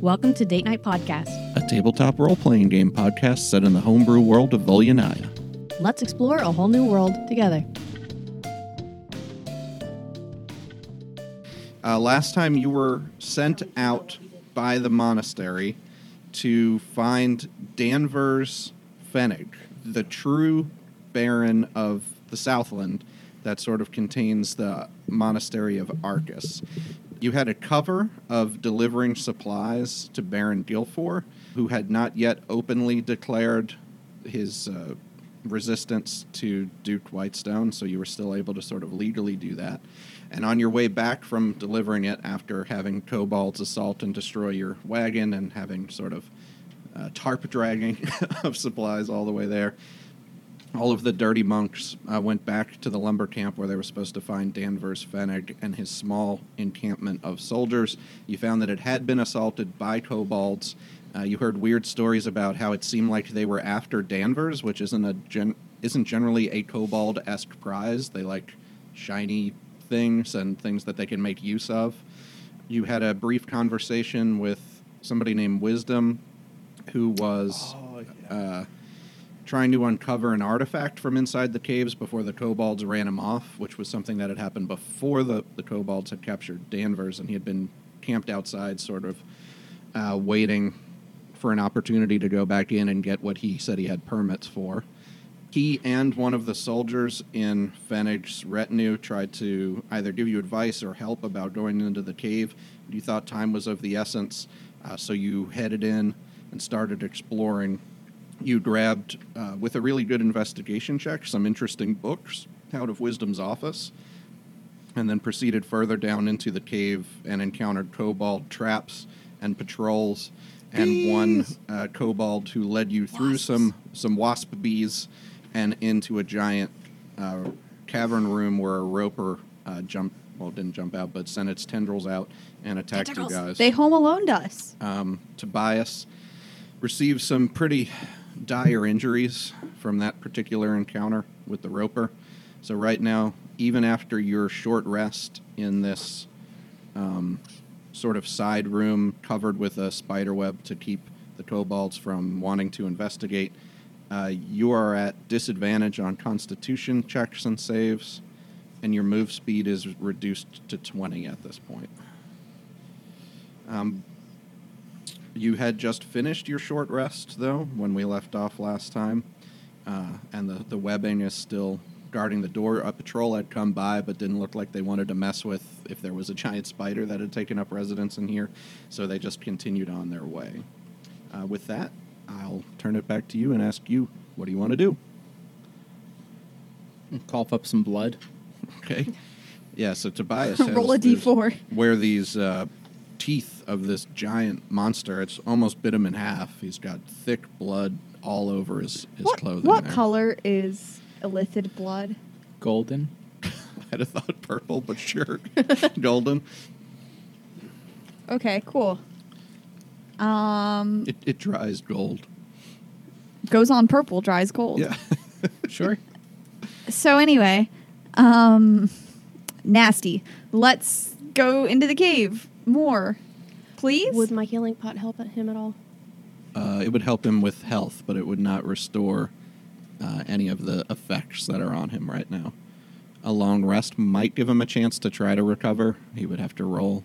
Welcome to Date Night Podcast. a tabletop role playing game podcast set in the homebrew world of Volyanaya. Let's explore a whole new world together. Uh, last time you were sent out by the monastery to find Danvers Fennig, the true baron of the Southland that sort of contains the monastery of Arcus. You had a cover of delivering supplies to Baron Gilfor, who had not yet openly declared his uh, resistance to Duke Whitestone, so you were still able to sort of legally do that. And on your way back from delivering it after having kobolds assault and destroy your wagon and having sort of uh, tarp dragging of supplies all the way there, all of the dirty monks uh, went back to the lumber camp where they were supposed to find Danvers Fennig and his small encampment of soldiers. You found that it had been assaulted by kobolds. Uh, you heard weird stories about how it seemed like they were after Danvers, which isn't a gen- isn't generally a kobold-esque prize. They like shiny things and things that they can make use of. You had a brief conversation with somebody named Wisdom, who was uh, trying to uncover an artifact from inside the caves before the kobolds ran him off, which was something that had happened before the, the kobolds had captured Danvers, and he had been camped outside, sort of uh, waiting for an opportunity to go back in and get what he said he had permits for. He and one of the soldiers in Fenig's retinue tried to either give you advice or help about going into the cave. You thought time was of the essence, uh, so you headed in and started exploring you grabbed, uh, with a really good investigation check, some interesting books out of Wisdom's office, and then proceeded further down into the cave and encountered kobold traps and patrols, and one uh, kobold who led you through some some wasp bees and into a giant uh, cavern room where a roper uh, jumped. Well, didn't jump out, but sent its tendrils out and attacked you guys. They home alone us. Um, Tobias received some pretty dire injuries from that particular encounter with the roper. So right now, even after your short rest in this um, sort of side room covered with a spider web to keep the kobolds from wanting to investigate, uh, you are at disadvantage on Constitution checks and saves, and your move speed is reduced to 20 at this point. Um, you had just finished your short rest, though, when we left off last time, uh, and the, the webbing is still guarding the door. A patrol had come by, but didn't look like they wanted to mess with if there was a giant spider that had taken up residence in here, so they just continued on their way. Uh, with that, I'll turn it back to you and ask you, what do you want to do? cough up some blood. Okay. Yeah, so Tobias has Roll a this- D4. Where these uh, teeth of this giant monster, it's almost bit him in half. He's got thick blood all over his, his what clothing. what there. color is illithid blood? Golden. I'd have thought purple, but sure. Golden. Okay, cool. Um, It, it dries gold. goes on purple, dries gold. Yeah. Sure. So anyway, um, nasty. Let's go into the cave more, please. Would my healing pot help at him at all? uh, it would help him with health, but it would not restore uh, any of the effects that are on him right now. A long rest might give him a chance to try to recover. He would have to roll,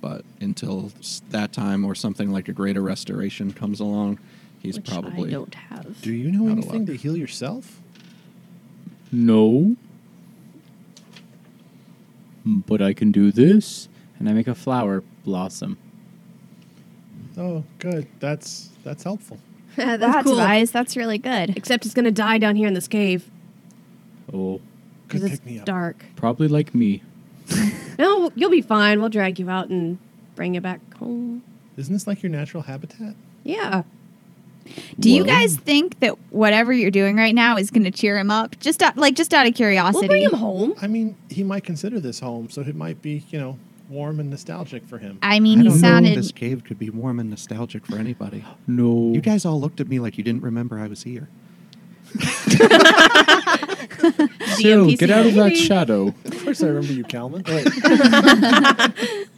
but until s- that time or something like a greater restoration comes along, he's which probably I don't have. Do you know Not a anything lot. to heal yourself? No. But I can do this, and I make a flower blossom. Oh, good. That's that's helpful. Wow, that's cool. Tobias, that's really good. Except it's gonna die down here in this cave Oh, Good because it's pick me up. dark. probably like me. No, you'll be fine. We'll drag you out and bring you back home. Isn't this like your natural habitat? Yeah. Do you Well- guys think that whatever you're doing right now is going to cheer him up? Just out, like just out of curiosity. We'll bring him home. I mean, he might consider this home, so it might be, you know, warm and nostalgic for him. I mean, he sounded this cave could be warm and nostalgic for anybody. No. You guys all looked at me like you didn't remember I was here. Still, DMPC get out of that baby. shadow. of course I remember you, Calvin. Wait,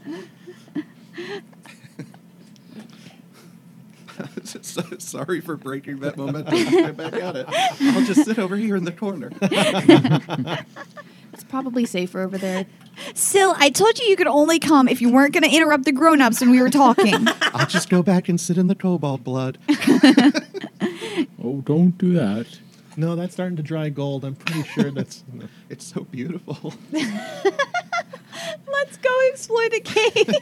So, sorry for breaking that momentum. Get back at it. I'll just sit over here in the corner. It's probably safer over there. Sil, I told you you could only come if you weren't going to interrupt the grown-ups when we were talking. I'll just go back and sit in the cobalt blood. Oh, don't do that. No, that's starting to dry gold. I'm pretty sure that's. It's so beautiful. Let's go explore the cave.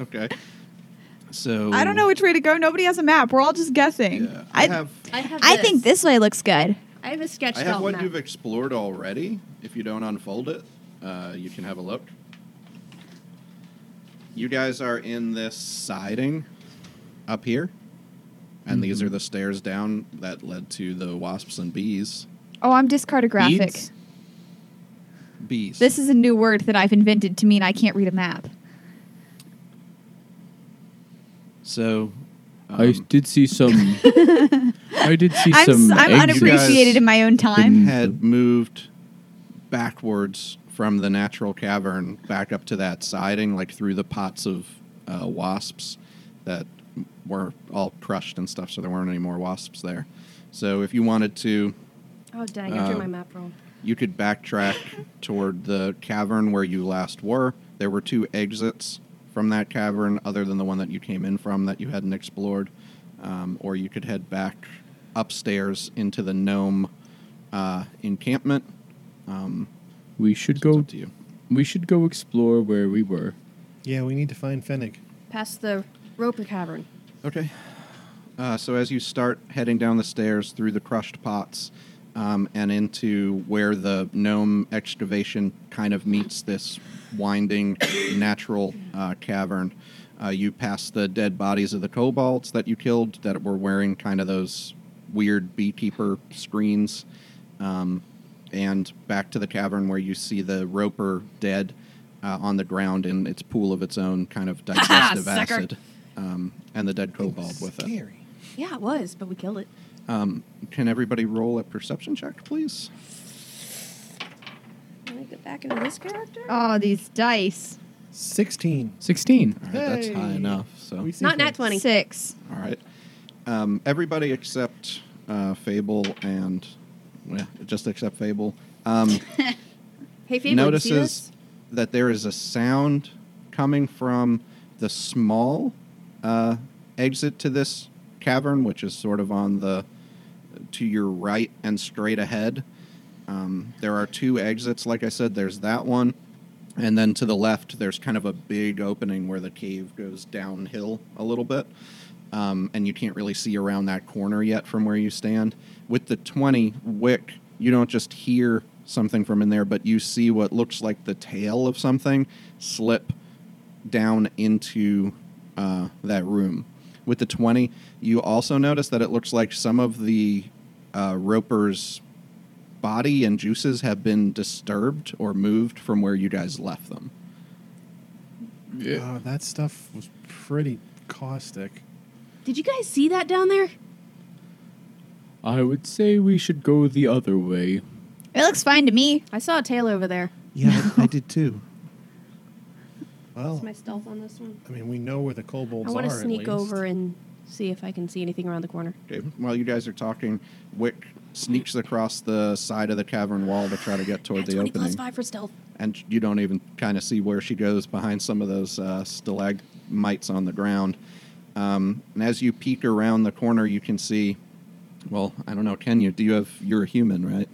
Okay. So I don't know which way to go. Nobody has a map. We're all just guessing. Yeah. I, have I have. I think this way looks good. I have a sketch. I have what you've explored already. If you don't unfold it, uh, you can have a look. You guys are in this siding up here, and these Mm-hmm. are the stairs down that led to the wasps and bees. Oh, I'm discartographic. Beads? Bees. This is a new word that I've invented to mean I can't read a map. so. Um, I did see some. I did see I'm, s- some. I'm eggs unappreciated in my own time. had moved backwards from the natural cavern back up to that siding, like through the pots of uh, wasps that were all crushed and stuff, so there weren't any more wasps there. So if you wanted to, Oh dang! I drew Uh, my map wrong. you could backtrack toward the cavern where you last were. There were two exits from that cavern, other than the one that you came in from that you hadn't explored. Um, or you could head back upstairs into the gnome uh, encampment. Um, We should it's go. up to you. We should go explore where we were. Yeah, we need to find Fennec. Past the Roper Cavern. Okay. Uh, so as you start heading down the stairs through the crushed pots um, and into where the gnome excavation kind of meets this winding natural uh, cavern, uh, you pass the dead bodies of the kobolds that you killed that were wearing kind of those weird beekeeper screens. Um, and back to the cavern where you see the roper dead uh, on the ground in its pool of its own kind of digestive Sucker. acid um, and the dead kobold with it. Yeah, it was, but we killed it. Um, can everybody roll a perception check, please? Can I get back into this character? Oh, these dice. 16. Sixteen. All right, that's high Hey. enough. So, We see Not her. nat twenty. Six. all right, um, everybody except uh, Fable and yeah, just except Fable um, Hey, Fable, notices you see this? that there is a sound coming from the small uh, exit to this cavern, which is sort of on the to your right and straight ahead. Um, there are two exits, like I said. There's that one, and then to the left, there's kind of a big opening where the cave goes downhill a little bit, um, and you can't really see around that corner yet from where you stand. With the 20 wick, you don't just hear something from in there, but you see what looks like the tail of something slip down into uh, that room. With the 20, you also notice that it looks like some of the uh, Roper's body and juices have been disturbed or moved from where you guys left them. Wow, Oh, that stuff was pretty caustic. Did you guys see that down there? I would say we should go the other way. It looks fine to me. I saw a tail over there. Yeah, I did too. Well, Is my stealth on this one? I mean, we know where the kobolds I Oh. are. want to at sneak least. over and see if I can see anything around the corner. Okay, while you guys are talking, Wick sneaks across the side of the cavern wall to try to get toward Nat the 20 opening. plus five for stealth. and you don't even kind of see where she goes behind some of those uh, stalagmites on the ground. Um, and as you peek around the corner, you can see. Well, I don't know. Can you? Do you have? You're a human, right?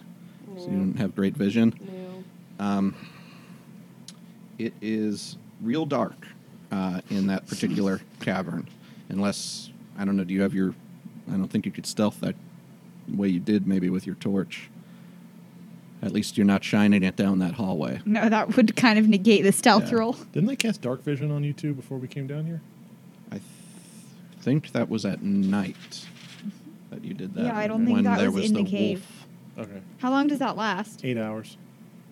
So you don't have great vision. No. Um, it is real dark uh, in that particular cavern, unless I don't know. Do you have your? I don't think you could stealth that way. You did maybe with your torch. At least you're not shining it down that hallway. No, that would kind of negate the stealth Yeah. roll. Didn't they cast dark vision on you two before we came down here? I th- think that was at night that you did that. Yeah, I don't think when that there was in the wolf. cave. Okay, How long does that last? eight hours.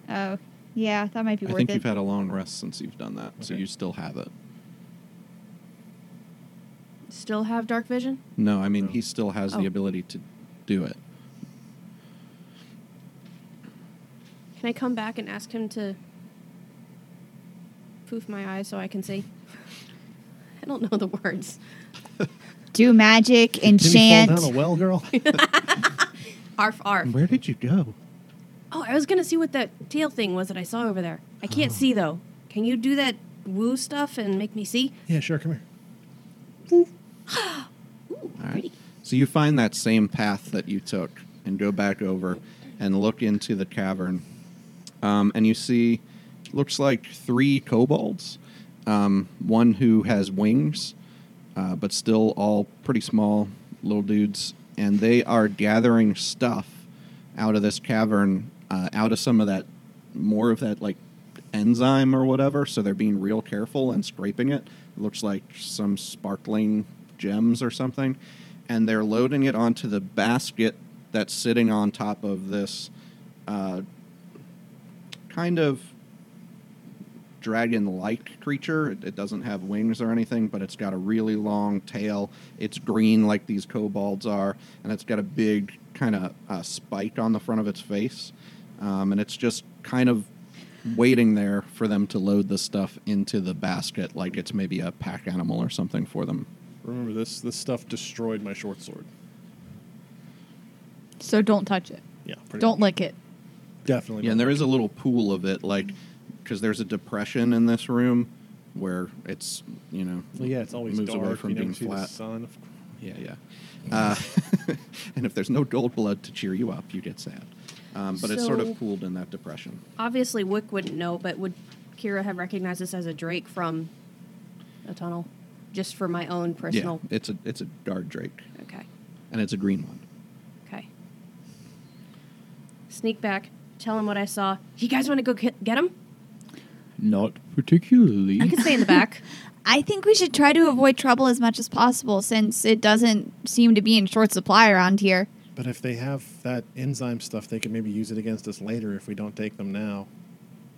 Oh, yeah, that might be I worth think it. you've had a long rest since you've done that, so Okay. you still have it. Still have dark vision? No, I mean No. he still has Oh. the ability to do it. Can I come back and ask him to poof my eyes so I can see? I don't know the words. do magic, Did he fall enchant. down a well, girl? Arf, arf. Where did you go? Oh, I was gonna see what that tail thing was that I saw over there. I can't see though. Can you do that woo stuff and make me see? Yeah, sure. Come here. All right. So you find that same path that you took and go back over and look into the cavern. Um, and you see, looks like three kobolds. Um, one who has wings, uh, but still all pretty small little dudes. And they are gathering stuff out of this cavern, uh, out of some of that, more of that like enzyme or whatever. So they're being real careful and scraping it. It looks like some sparkling gems or something. And they're loading it onto the basket that's sitting on top of this uh, kind of dragon like creature. It, it doesn't have wings or anything, but it's got a really long tail. It's green like these kobolds are, and it's got a big kind of uh, spike on the front of its face. Um, and it's just kind of waiting there for them to load the stuff into the basket like it's maybe a pack animal or something for them. Remember this? This stuff destroyed my short sword. So don't touch it. Yeah. Pretty Don't much. lick it. Definitely. Yeah, don't and there lick is a little pool of it, like, because there's a depression in this room where it's, you know, it. Well, yeah, it's always moves dark. away from you being never see the flat. sun. Of Yeah, yeah. Uh, and if there's no gold blood to cheer you up, you get sad. Um, but it's sort So- of pooled in that depression. Obviously, Wick wouldn't know, but would Kira have recognized this as a Drake from a tunnel? Just for my own personal. Yeah, it's a it's a guard drake, Okay. and it's a green one. Okay. Sneak back. Tell him what I saw. You guys want to go ki- get him? Not particularly. I can stay in the back. I think we should try to avoid trouble as much as possible since it doesn't seem to be in short supply around here. But if they have that enzyme stuff, they could maybe use it against us later if we don't take them now.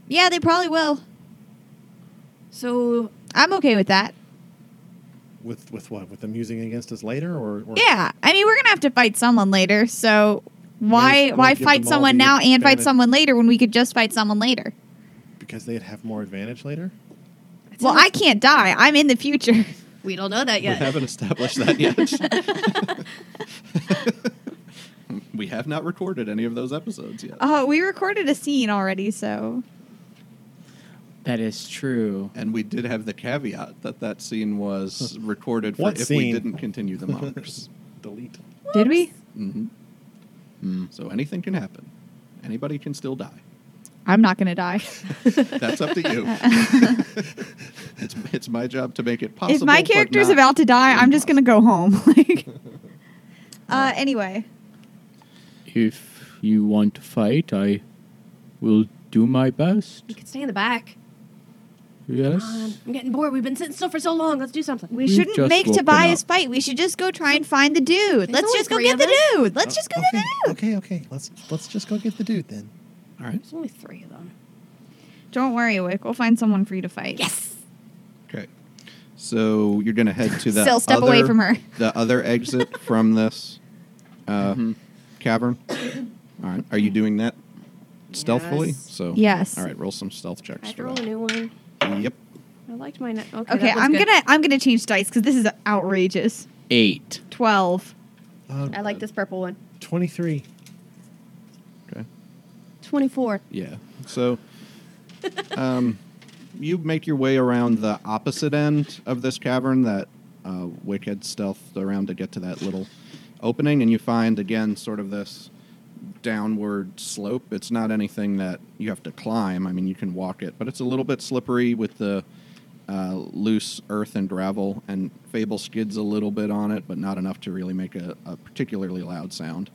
Yeah, they probably will. So I'm okay with that. With with what? With them using it against us later, or, or Yeah, I mean we're gonna have to fight someone later, so why Might as why well give fight them all someone the now and fight advantage. someone later when we could just fight someone later? because they'd have more advantage later. Well, I can't die. I'm in the future. we don't know that We yet. haven't established that yet. we have not recorded any of those episodes yet. Oh, we recorded a scene already, so that is true. and we did have the caveat that that scene was recorded for What if we scene? didn't continue the monarchs. Delete. Did we? hmm So anything can happen. Anybody can still die. I'm not gonna die. That's up to you. it's, it's my job to make it possible. if my but character's not- about to die, I'm just gonna go home. like, uh, anyway, If you want to fight, I will do my best. You can stay in the back. Yes. Um, I'm getting bored. We've been sitting still for so long. Let's do something. we We've shouldn't just make woken Tobias up. fight. We should just go try and find the dude. Let's only just go three get of the us. dude. Oh, Let's just go Uh, okay, get the dude. Okay, okay. Let's let's just go get the dude then. All right. There's only three of them. Don't worry, Wick. We'll find someone for you to fight. Yes. Okay. So you're going to head to the Still, step other, away from her. the other exit from this uh, cavern. All right. Are you doing that stealthily? Yes. So Yes. All right. Roll some stealth checks. I for roll a that. new one. Yep. I liked my. Ne- okay, Okay, that was I'm good. gonna I'm gonna change dice because this is outrageous. Eight. Twelve. Um, I like this purple one. Twenty three. Okay. 24. Yeah. So um, you make your way around the opposite end of this cavern that uh, Wick had stealthed around to get to that little opening, and you find again sort of this downward slope. It's not anything that you have to climb. I mean, you can walk it, but it's a little bit slippery with the uh, loose earth and gravel, and Fable skids a little bit on it, but not enough to really make a, a particularly loud sound.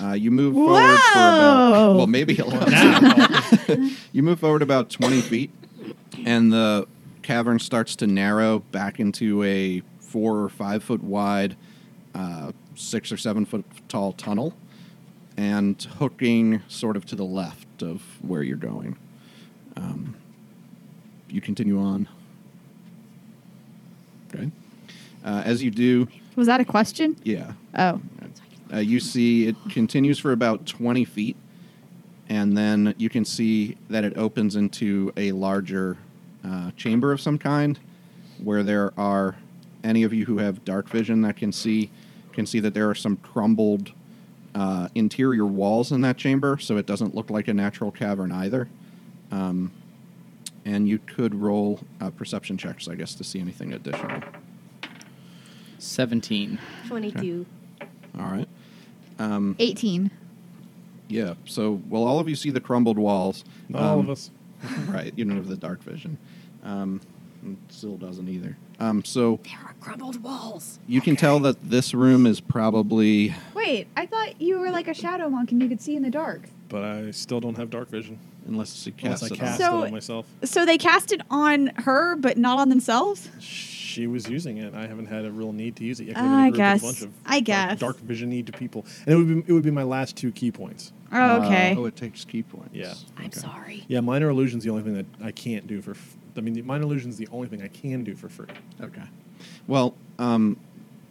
Uh, you move forward for about Whoa! well, maybe a loud sound. You move forward about 20 feet, and the cavern starts to narrow back into a four or five foot wide, uh, six or seven foot tall tunnel, and hooking sort of to the left of where you're going. Um, you continue on. Okay. Uh, as you do, Was that a question? yeah, Oh. uh, you see it continues for about 20 feet and then you can see that it opens into a larger uh, chamber of some kind where there are any of you who have dark vision that can see can see that there are some crumbled uh, interior walls in that chamber, so it doesn't look like a natural cavern either. Um, and you could roll uh, perception checks, I guess, to see anything additional. 17. 22. All right. 18. Yeah. So, well, all of you see the crumbled walls. All Um, of us. right. You don't have the dark vision. Um, and still doesn't either. Um, so There are crumbled walls. you can tell that this room is probably Wait, I thought you were like a shadow monk and you could see in the dark. But I still don't have dark vision. unless you cast Unless I it. on- cast So- it on myself. So they cast it on her, but not on themselves. She was using it. I haven't had a real need to use it yet. 'cause Ah, I'm in a I group with guess. A bunch of I guess. Dark, dark vision need to people, and it would be it would be my last two key points. Oh, okay. Oh, it takes key points. Yeah. I'm Okay. sorry. Yeah, minor illusion's the only thing that I can't do for. F- I mean, the minor illusion's the only thing I can do for free. Okay. Well, um,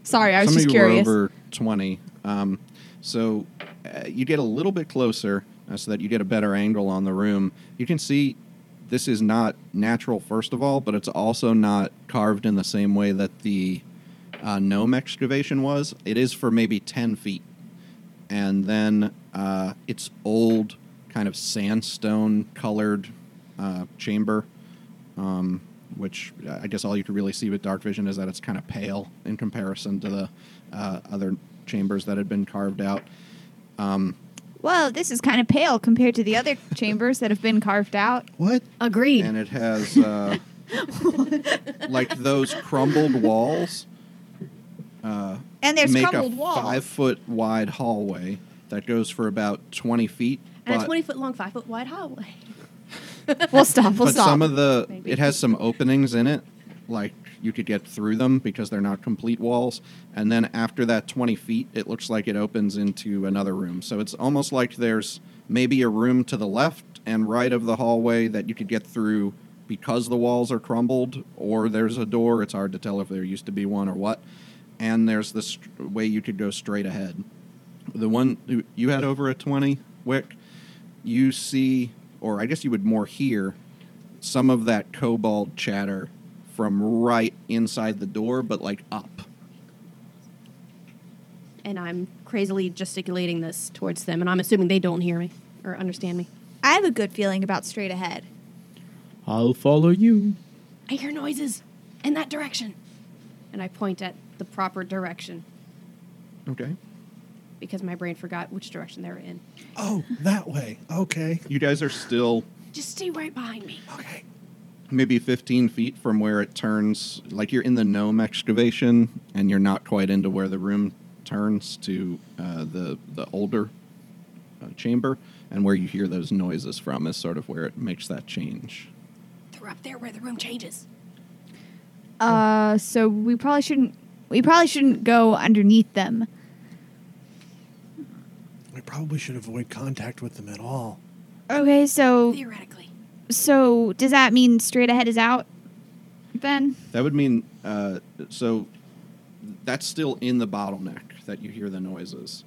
Sorry, I was some just of you were curious. over 20. Um, so uh, you get a little bit closer uh, so that you get a better angle on the room. You can see this is not natural, first of all, but it's also not carved in the same way that the uh, gnome excavation was. It is for maybe 10 feet. And then uh, it's old, kind of sandstone colored uh, chamber um, which uh, I guess all you could really see with dark vision is that it's kind of pale in comparison to the uh, other chambers that had been carved out. Um, Well, this is kind of pale compared to the other chambers that have been carved out. What? Agreed. and it has uh, like those crumbled walls. Uh, And there's make crumbled a walls. five foot wide hallway that goes for about twenty feet. and a but- 20 foot long, 5 foot wide hallway. We'll stop. We'll but stop. some of the Maybe. it has some openings in it like you could get through them because they're not complete walls and then after that 20 feet it looks like it opens into another room so it's almost like there's maybe a room to the left and right of the hallway that you could get through because the walls are crumbled or there's a door it's hard to tell if there used to be one or what and there's this str- way you could go straight ahead the one you- you had over a 20 wick you see or i guess you would more hear some of that cobalt chatter from right inside the door but like up And I'm crazily gesticulating this towards them, and I'm assuming they don't hear me or understand me. I have a good feeling about straight ahead. I'll follow you. I hear noises in that direction. And I point at the proper direction okay because my brain forgot which direction they were in. Oh, that way. Okay. you guys are still Just stay right behind me. Okay. maybe 15 feet from where it turns like you're in the gnome excavation and you're not quite into where the room turns to uh, the the older uh, chamber and where you hear those noises from is sort of where it makes that change They're up there where the room changes. Uh, so we probably shouldn't. We probably shouldn't go underneath them. We probably should avoid contact with them at all. Okay, so Theoretically. so does that mean straight ahead is out? Then That would mean uh, so that's still in the bottleneck that you hear the noises.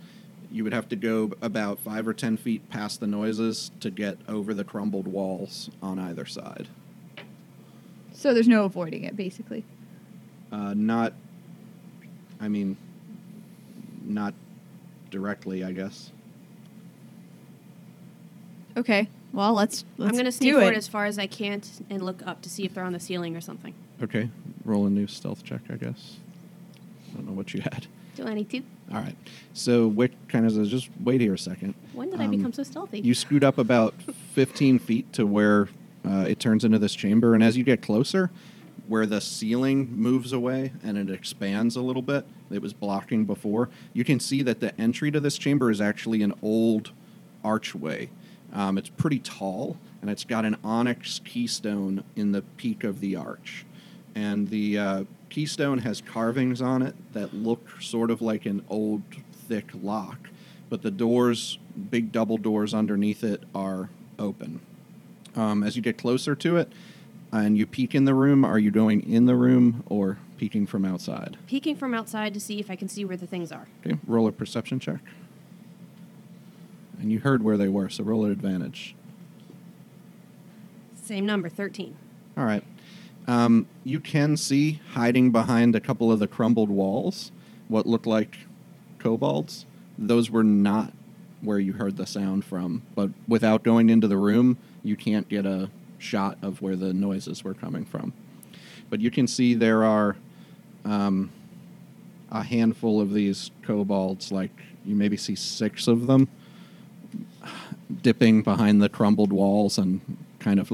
You would have to go about five or ten feet past the noises to get over the crumbled walls on either side. So there's no avoiding it, basically. Uh, not, I mean, not directly, I guess. Okay. Well, let's. let's I'm going to sneak do forward it. as far as I can t- and look up to see if they're on the ceiling or something. Okay, roll a new stealth check, I guess. I don't know what you had. 22. All right. So Wick kind of says, just wait here a second. When did I Um, become so stealthy? You scoot up about 15 feet to where uh, it turns into this chamber, and as you get closer, where the ceiling moves away and it expands a little bit, it was blocking before. You can see that the entry to this chamber is actually an old archway. Um, it's pretty tall, and it's got an onyx keystone in the peak of the arch. And the uh, keystone has carvings on it that look sort of like an old, thick lock but the doors, big double doors underneath it, are open. Um, as you get closer to it and you peek in the room, are you going in the room or peeking from outside? Peeking from outside to see if I can see where the things are. Okay, roll a perception check. And you heard where they were, so roll at advantage. Same number, 13. All right. Um, you can see hiding behind a couple of the crumbled walls what looked like kobolds. Those were not where you heard the sound from, but without going into the room, you can't get a shot of where the noises were coming from. But you can see there are um, a handful of these kobolds, like you maybe see six of them dipping behind the crumbled walls and kind of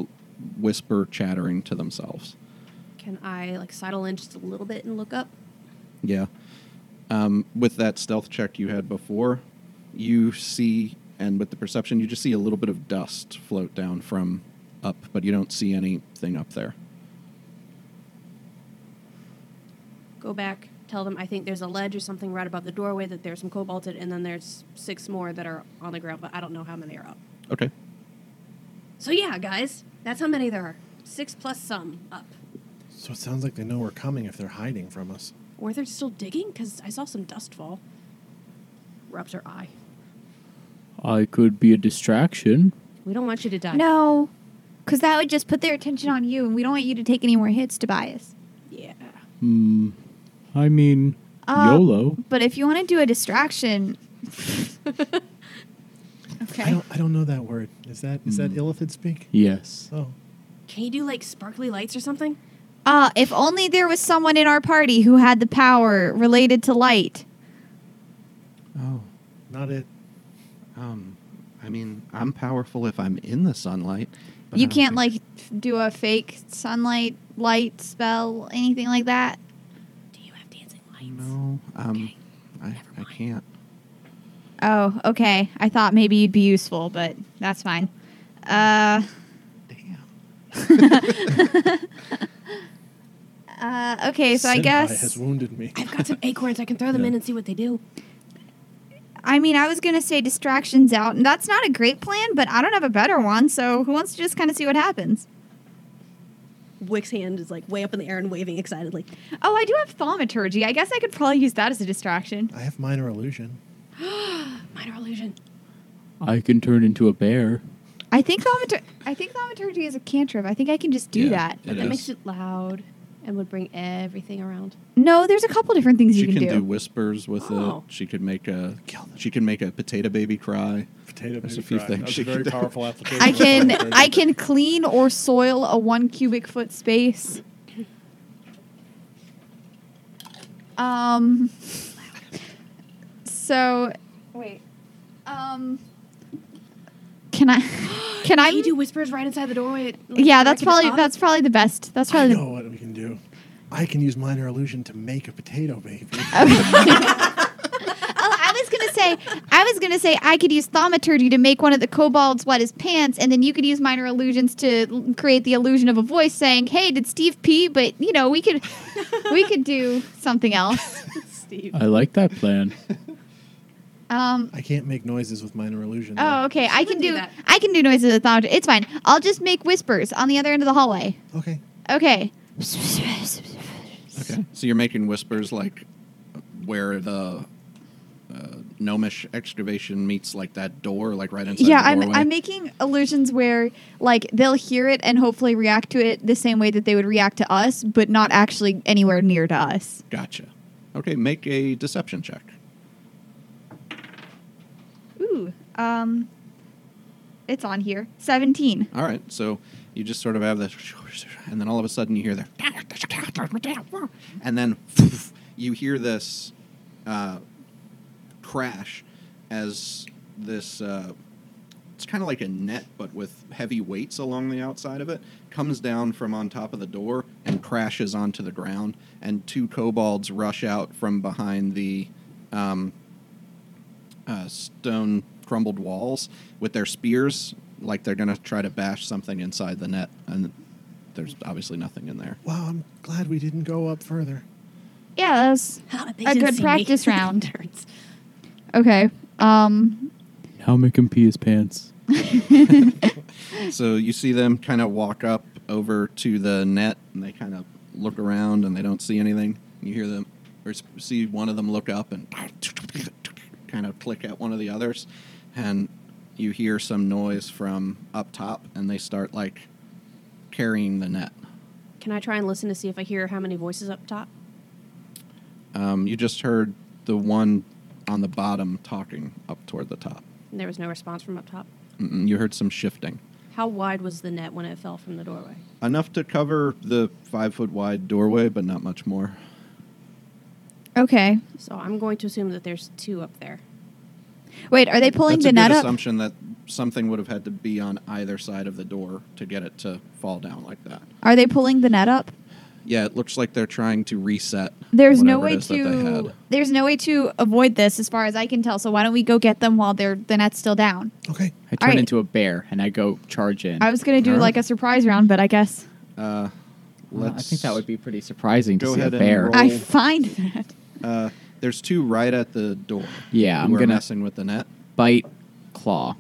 whisper chattering to themselves. Can I like sidle in just a little bit and look up? Yeah. Um, with that stealth check you had before, you see, and with the perception, you just see a little bit of dust float down from up, but you don't see anything up there. Go back, tell them I think there's a ledge or something right above the doorway that there's some cobalted, and then there's six more that are on the ground, but I don't know how many are up. Okay. So yeah, guys, that's how many there are. Six plus some up. So it sounds like they know we're coming if they're hiding from us. Or they're still digging because I saw some dust fall. Rubs her eye. I could be a distraction. We don't want you to die. No, because that would just put their attention on you, and we don't want you to take any more hits, Tobias. Yeah. Hmm. I mean, Uh, YOLO. But if you want to do a distraction, I Okay. don't. I don't know that word. Is that is that Hmm. Mm. illithid speak? Yes. Oh, Can you do like sparkly lights or something? uh, if only there was someone in our party who had the power related to light. Oh, not it. um, I mean, I'm powerful if I'm in the sunlight. but You I don't can't think- like do a fake sunlight light spell, anything like that. Do you have dancing lights? No, um, Okay. I, Never I mind. can't. Oh, okay. I thought maybe you'd be useful, but that's fine. Uh, Damn. uh, okay, so I Senpai guess. has wounded me. I've got some acorns. I can throw them in and see what they do. I mean, I was going to say distractions out, and that's not a great plan, but I don't have a better one, so who wants to just kind of see what happens? Wick's hand is like way up in the air and waving excitedly. Oh, I do have thaumaturgy. I guess I could probably use that as a distraction. I have minor illusion. Minor illusion. I can turn into a bear. I think thaumatur- I think thaumaturgy is a cantrip. I think I can just do Yeah. that. It But that is. makes it loud and would bring everything around. No, there's a couple different things She you can, can, do. whispers with Oh. it. She could make a Kill them. she can make a potato baby cry. Potato. There's a baby few fry. things That's she a very could do. powerful application. I can of I can clean or soil a one cubic foot space. Um. So, Wait. um, can I? Can I? you do whispers right inside the doorway. like, yeah, that's directed probably up? that's probably the best. That's I probably know the, what we can do. I can use minor illusion to make a potato baby. oh, I was gonna say I was gonna say I could use thaumaturgy to make one of the kobolds wet his pants, and then you could use minor illusions to l- create the illusion of a voice saying, "Hey, did Steve pee?" But you know, we could we could do something else. Steve. I like that plan. Um, I can't make noises with minor illusion. oh, okay, I You can can do do, that. I can do noises with thaumaturgy. It's fine. I'll just make whispers on the other end of the hallway. though. Okay. Okay. Okay. So you're making whispers like where the uh, gnomish excavation meets like that door, like right inside yeah, the I'm, doorway. I'm making illusions where like they'll hear it and hopefully react to it the same way that they would react to us, but not actually anywhere near to us. gotcha. Okay, make a deception check. Ooh, um, it's on here. Seventeen. All right, so you just sort of have this, and then all of a sudden you hear the, and then you hear this uh, crash as this. Uh, it's kind of like a net, but with heavy weights along the outside of it, comes down from on top of the door and crashes onto the ground. And two kobolds rush out from behind the um, uh, stone crumbled walls with their spears, like they're going to try to bash something inside the net. And there's obviously nothing in there. Wow, I'm glad we didn't go up further. Yeah, that's How did they A didn't good see me? practice round. Nerds. okay. Um, Now make him pee his pants. So you see them kind of walk up over to the net and they kind of look around and they don't see anything. You hear them or s- see one of them look up and kind of click at one of the others and you hear some noise from up top and they start like carrying the net. Can I try and listen to see if I hear how many voices up top? Um, you just heard the one on the bottom talking up toward the top. And there was no response from up top. Mm-mm, you heard some shifting. How wide was the net when it fell from the doorway? Enough to cover the five foot wide doorway, but not much more. Okay. So I'm going to assume that there's two up there. Wait, are they pulling That's the a net good up? assumption that something would have had to be on either side of the door to get it to fall down like that. Are they pulling the net up? Yeah, it looks like they're trying to reset. There's no whatever it way is that they to. had. There's no way to avoid this, as far as I can tell. So why don't we go get them while they're the net's still down? Okay. I turn right. into a bear and I go charge in. I was gonna do Alright. like a surprise round, but I guess Uh, Well, let's, I think that would be pretty surprising to go see a ahead and bear. roll. I find that. Uh, there's two right at the door. Yeah, who I'm are gonna- messing with the net. Bite, claw.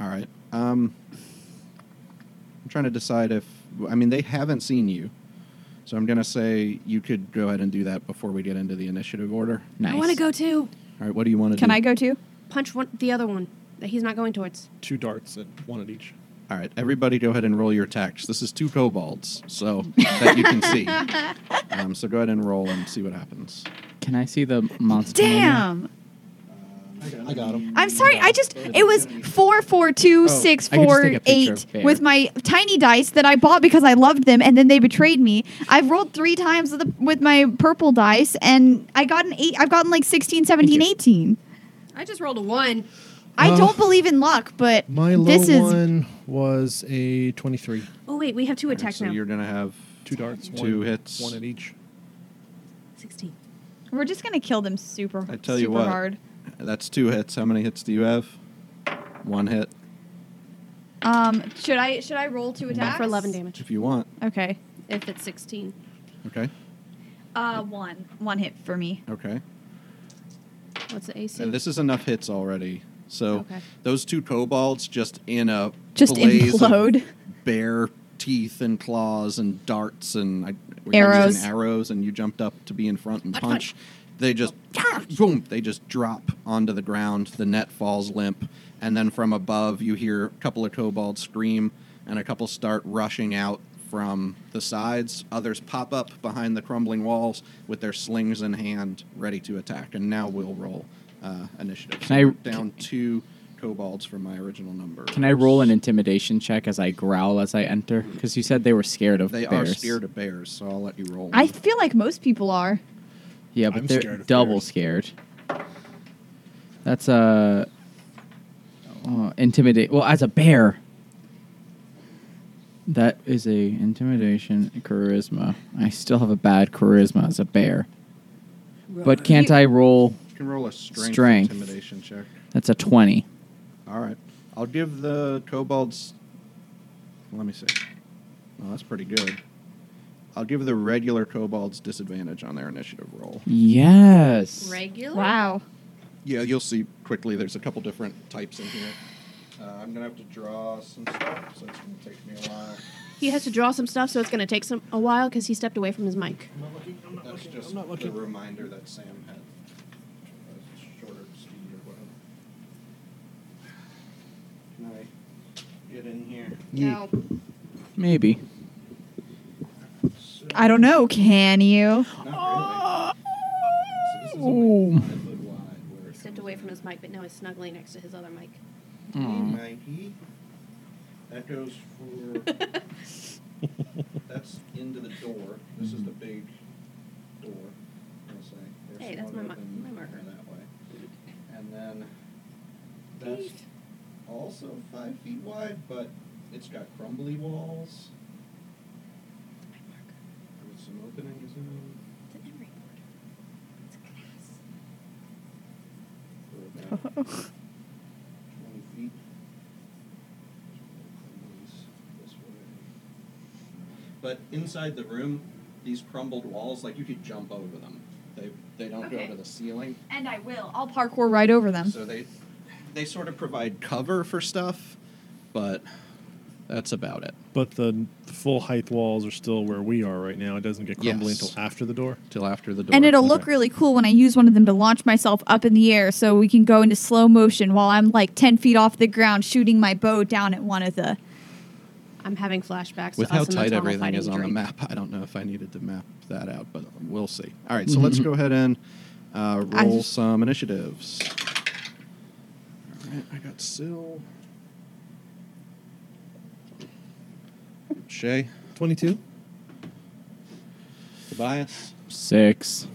All right. Um, I'm trying to decide if I mean they haven't seen you, so I'm gonna say you could go ahead and do that before we get into the initiative order. Nice. I want to go too. All right. What do you want to do? Can I go too? Punch one, the other one that he's not going towards. Two darts at one at each. All right. Everybody, go ahead and roll your attacks. This is two kobolds, so that you can see. Um, so go ahead and roll and see what happens. Can I see the monster? manual? Damn. I got him. I'm sorry. I just it was four four two six Oh, I can just four take a eight picture of bear. with my tiny dice that I bought because I loved them, and then they betrayed me. I've rolled three times with, the, with my purple dice, and I got an eight. I've gotten like 16, 17, you. 18. I just rolled a one. I Uh, don't believe in luck, but My low this is one was a 23. Oh wait, we have two attacks so now. you're gonna have Two darts. Two one, hits. One at each. Sixteen. We're just gonna kill them super. I tell you super what. hard. That's two hits. How many hits do you have? One hit, Um, should I should I roll two attacks For eleven damage. if you want. Okay, If it's sixteen. Okay. uh, one one hit for me. Oh. Okay. What's the AC? And this is enough hits already. So Okay. those two kobolds just in a Just blaze implode. Of bare teeth and claws and darts and I, we're Arrows. using arrows, and you jumped up to be in front and punch. They just boom. They just drop onto the ground. The net falls limp, and then from above you hear a couple of kobolds scream, and a couple start rushing out from the sides. Others pop up behind the crumbling walls with their slings in hand, ready to attack. And now we'll roll uh, initiative. So Can I- we're down two kobolds from my original number. Can I roll an intimidation check as I growl as I enter? Because you said they were scared of They bears. are scared of bears, so I'll let you roll. I one. feel like most people are. Yeah, but I'm they're scared of double bears. scared. That's a uh, uh, intimidate. Well, as a bear, that is a intimidation charisma. I still have a bad charisma as a bear, but can't I roll? You can roll a strength, Strength. intimidation check. That's a twenty. All right. I'll give the kobolds. Let me see. Well, that's pretty good. I'll give the regular kobolds disadvantage on their initiative roll. Yes. Regular. Wow. Yeah, you'll see quickly. There's a couple different types in here. Uh, I'm gonna have to draw some stuff, so it's gonna take me a while. He has to draw some stuff, so it's going to take some a while because he stepped away from his mic. That's just I'm not looking. the reminder that Sam had. uh, Shorter speed or whatever. Can I get in here? Yeah. Maybe. I don't know. Can you? Not really. So this is Oh. only five foot wide where He it stepped comes away from in. his mic, but now he's snuggling next to his other mic. Aw. Mikey. That goes for. that's into the door. This is the big door. I'll say. They're Hey, that's my smaller mi- than my marker. That way. And then that's also five feet wide, but it's got crumbly walls with some openings in them. for about 20 feet. This way. But inside the room, these crumbled walls, like you could jump over them. They they don't Okay. go to the ceiling, And I will. I'll parkour right over them. so they they sort of provide cover for stuff, but that's about it. But the full height walls are still where we are right now. It doesn't get crumbly Yes. until after the door. Till after the door. And it'll look Okay. really cool when I use one of them to launch myself up in the air so we can go into slow motion while I'm like 10 feet off the ground shooting my bow down at one of the. I'm having flashbacks. With to how us in the tight tunnel everything fighting is on the Drake. map, I don't know if I needed to map that out, but we'll see. All right, so let's go ahead and uh, Mm-hmm. I roll just- some initiatives. All right, I got Syl. Shay. 22? Tobias. Six.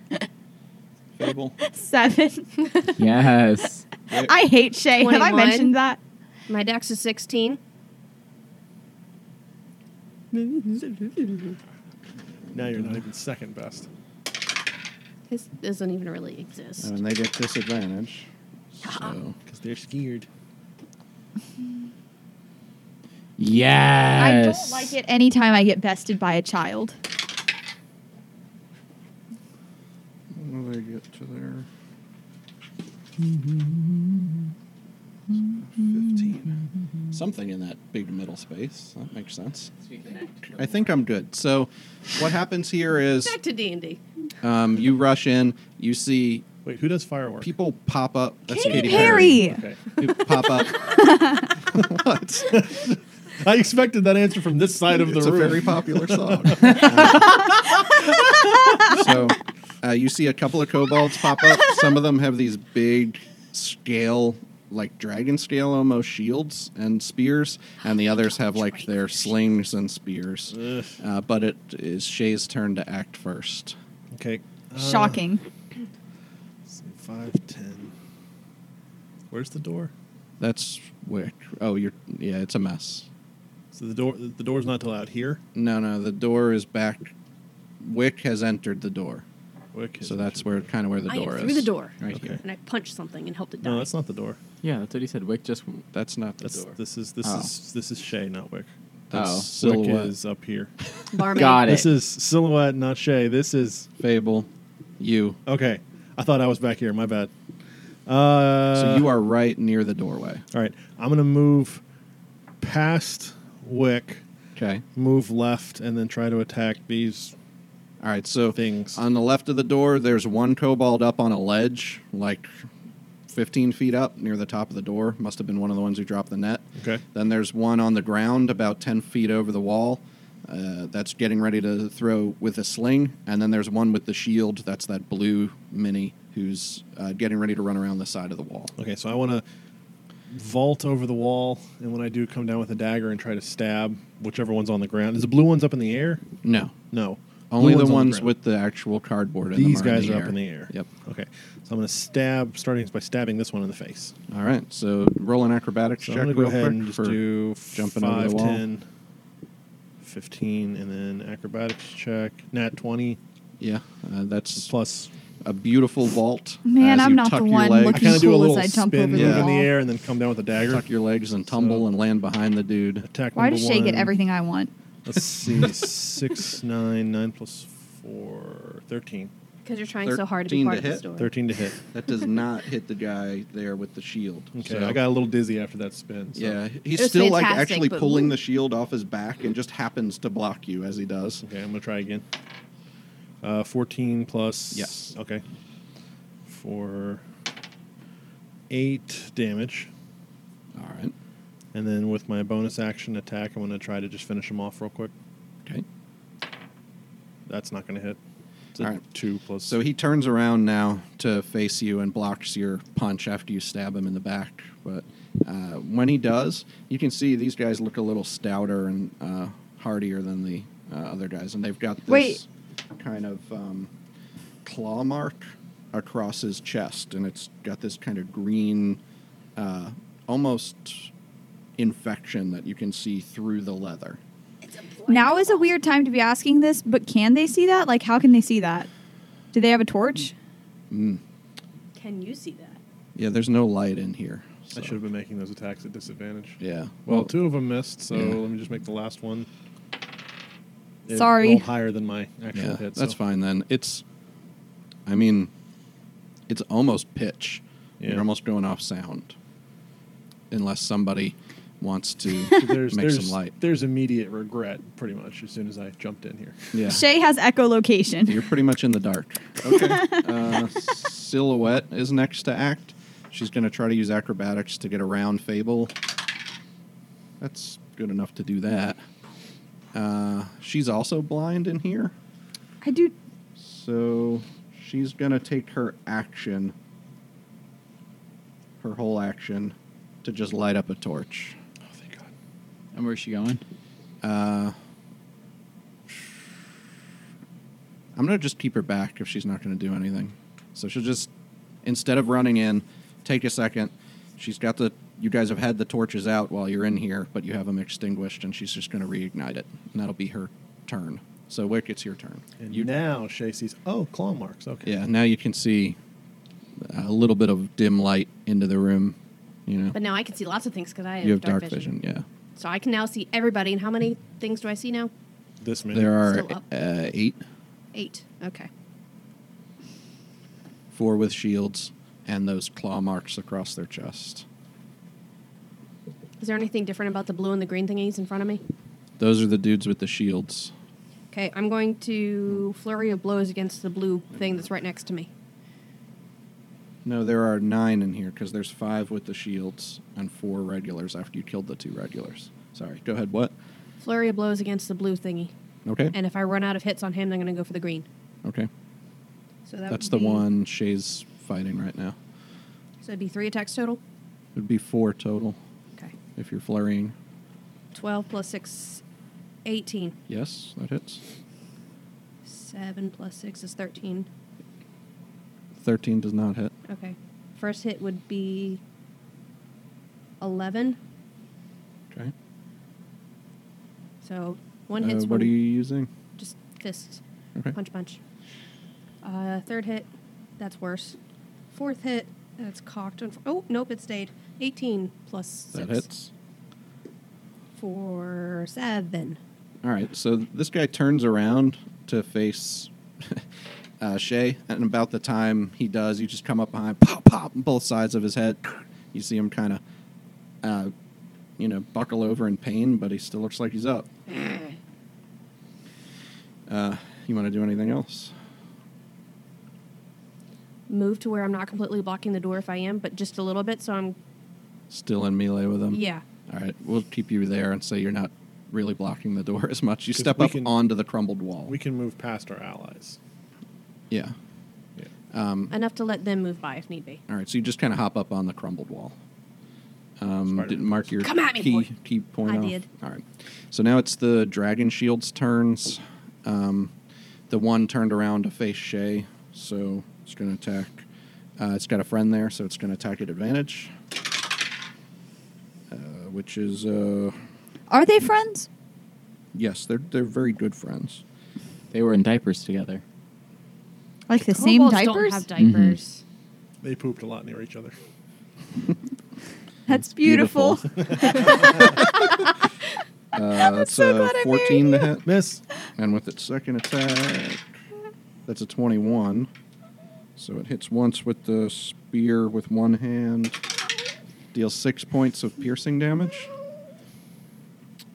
Fable. Seven. yes. Rick. I hate Shay. Have I 21? mentioned that? My dex is 16. Now you're not even second best. This doesn't even really exist. and they get disadvantage. So Uh-huh. Because they're scared. Yes. I don't like it anytime I get bested by a child. when they get to their 15. Something in that big middle space. That makes sense. I think I'm good. So, what happens here is Back to D&D. um, you rush in, you see Wait, who does firework? people pop up. That's Katy Katy Perry. Okay. Who pop up. What? I expected that answer from this side of the it's room. a very popular song. Uh, so uh, you see a couple of kobolds pop up. Some of them have these big scale, like dragon scale almost shields and spears, and the others have like their slings and spears. Ugh. Uh, but it is Shay's turn to act first. okay. Uh, Shocking. let's see, Five, ten. Where's the door? That's where. Oh, you're. Yeah, it's a mess. So the door the door's not till out here. No, no, the door is back. Wick has entered the door, Wick is- so that's where kind of where the I am door is. through the door. right Okay. here. And I punched something and helped it die. No, that's not the door. Yeah, that's what he said. Wick just. That's not the That's door. this is this Oh. is this is Shay, not Wick. That's Oh. Wick silhouette. is up here. Barman. Got This it. is silhouette, not Shay. This is Fable, you. okay. I thought I was back here. My bad. Uh, so you are right near the doorway. all right. I'm gonna move past Wick, Okay. move left, and then try to attack these All right. So things. on the left of the door, there's one kobold up on a ledge, like 15 feet up near the top of the door. Must have been one of the ones who dropped the net. Okay. Then there's one on the ground about 10 feet over the wall. Uh, that's getting ready to throw with a sling. And then there's one with the shield. That's that blue mini who's uh, getting ready to run around the side of the wall. Okay, so I want to vault over the wall, and when I do, come down with a dagger and try to stab whichever one's on the ground. Is the blue one's up in the air? No. No, Only Blue the on ones ground. with the actual cardboard in These them guys are in up in the air. Yep. Okay, so I'm going to stab, starting by stabbing this one in the face. All right, so roll an acrobatics So check I'm going to real go ahead quick and just for do jumping jumping over the 5, wall. 10, 15, and then acrobatics check. Nat 20 yeah. Uh, that's plus. a beautiful vault. Man, as I'm you not tuck the your one legs, I looking- kind of do a cool as little I jump spin over move the in wall. the air and then come down with a dagger. Tuck your legs and tumble So- and land behind the dude. Attack Why number does Shay get one. everything I want? Let's see. six, nine, nine plus four, 13. Because you're trying so hard to 13 be part to of the hit. story. 13 to hit. That does not hit the guy there with the shield. Okay, So, I got a little dizzy after that spin. So. Yeah, he's It was still like fantastic, actually but- pulling the shield off his back and just happens to block you as he does. Okay, I'm going to try again. Uh, 14 plus. Yes. Okay. For eight damage. All right. And then with my bonus action attack, I'm going to try to just finish him off real quick. Okay. That's not going to hit. It's a All right. Two plus. So he turns around now to face you and blocks your punch after you stab him in the back. But uh, when he does, you can see these guys look a little stouter and uh, hardier than the uh, other guys, and they've got this Wait. kind of um, claw mark across his chest, and it's got this kind of green, uh, almost infection that you can see through the leather. Now is a weird time to be asking this, but can they see that? Like, how can they see that? Do they have a torch? Can you see that? Yeah, there's no light in here. I so- should have been making those attacks at disadvantage. Yeah. Well, two of them missed, so Yeah. let me just make the last one. It Sorry. rolled higher than my actual Yeah, hit. that's so- fine then. It's, I mean, it's almost pitch. Yeah. You're almost going off sound, unless somebody wants to There's, make there's, some light. there's immediate regret, pretty much, as soon as I jumped in here. Yeah, Shay has echolocation. you're pretty much in the dark. Okay. uh, Silhouette is next to act. She's going to try to use acrobatics to get around Fable. That's good enough to do that. Uh, she's also blind in here, I do. so she's gonna take her action, her whole action, to just light up a torch. Oh, thank God. And where's she going? Uh, I'm gonna just keep her back if she's not gonna do anything. So she'll just, instead of running in, take a second. She's got the. You guys have had the torches out while you're in here, but you have them extinguished, and she's just gonna reignite it, and that'll be her turn. So Wick, it's your turn. And you now Shay sees, oh, claw marks. Okay. Yeah, now you can see a little bit of dim light into the room. You know, But now I can see lots of things because I have, you have dark, vision. So I can now see everybody. And how many things do I see now? This Yeah, minute. there are Still up. uh, eight, Eight. Okay. four with shields, and those claw marks across their chest. Is there anything different about the blue and the green thingies in front of me? Those are the dudes with the shields. Okay, I'm going to flurry of blows against the blue thing that's right next to me. No, there are nine in here because there's five with the shields and four regulars after you killed the two regulars. Sorry, go ahead. What? Flurry of blows against the blue thingy. Okay. And if I run out of hits on him, I'm going to go for the green. okay. So that That's would the be- one Shay's fighting right now. So it'd be three attacks total. It'd be four total Okay. if you're flurrying. 12 plus 6, 18. Yes, that hits. 7 plus 6 is 13. 13 does not hit. Okay. First hit would be 11. Okay. So one Uh, hits what one. are you using? Just fists. Okay. Punch, punch. Uh, third hit, that's worse. Fourth hit, that's cocked. And oh, nope, it stayed. 18 plus 6. That hits. Four, seven. All right. So this guy turns around to face uh, Shay, and about the time he does, you just come up behind, pop, pop, on both sides of his head. You see him kind of, uh, you know, buckle over in pain, but he still looks like he's up. uh, you want to do anything else? Move to where I'm not completely blocking the door if I am, but just a little bit. So I'm, Still in melee with him? yeah. All right. We'll keep you there and say you're not really blocking the door as much. You 'Cause step we up can- onto the crumbled wall. We can move past our allies. yeah. Yeah. Um, Enough to let them move by if need be. All right, so you just kind of hop up on the crumbled wall. Um, Spider-Man. didn't mark your Come at me, key boy. key point. I off. did. All right, so now it's the dragon shield's turns. Um, the one turned around to face Shay, so it's going to attack. Uh, it's got a friend there, so it's going to attack at advantage, uh, which is uh, Are they friends? yes, they're they're very good friends. They were in diapers together. Like the same Kobolds diapers? don't have diapers. They pooped a lot near each other. That's beautiful. Uh, that's so a glad I married fourteen to hit. Miss. And with its second attack, that's a 21. So it hits once with the spear with one hand, deals six points of piercing damage.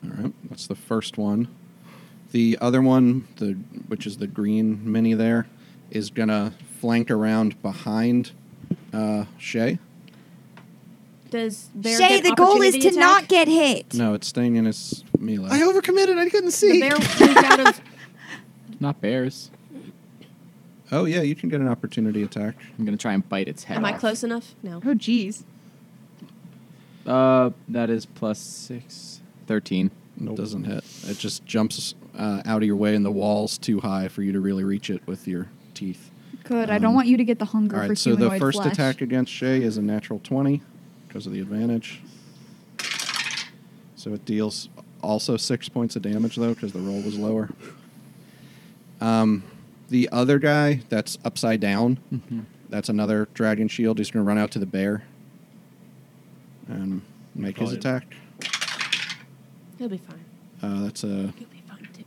All right, that's the first one. The other one, the which is the green mini there, is gonna flank around behind uh, Shay. Does bear Mm-hmm. Shay, get the goal is opportunity to not attack? get hit. No, it's staying in his melee. I overcommitted. I couldn't The see. bear moves out of Not bears. oh yeah, you can get an opportunity attack. I'm gonna try and bite its head. Am I off. close enough? No. Oh, jeez. Uh, that is plus six. Thirteen. Nope. Doesn't hit. It just jumps uh, out of your way, and the wall's too high for you to really reach it with your teeth. Good. I don't want you to get the hunger All for right, so the humanoid first flesh. attack against Shay is a natural 20 because of the advantage. So it deals also six points of damage, though, because the roll was lower. Um, the other guy that's upside down, Mm-hmm. that's another dragon shield. He's going to run out to the bear and make his Probably- attack. He'll be fine. Uh, that's a He'll be fine too.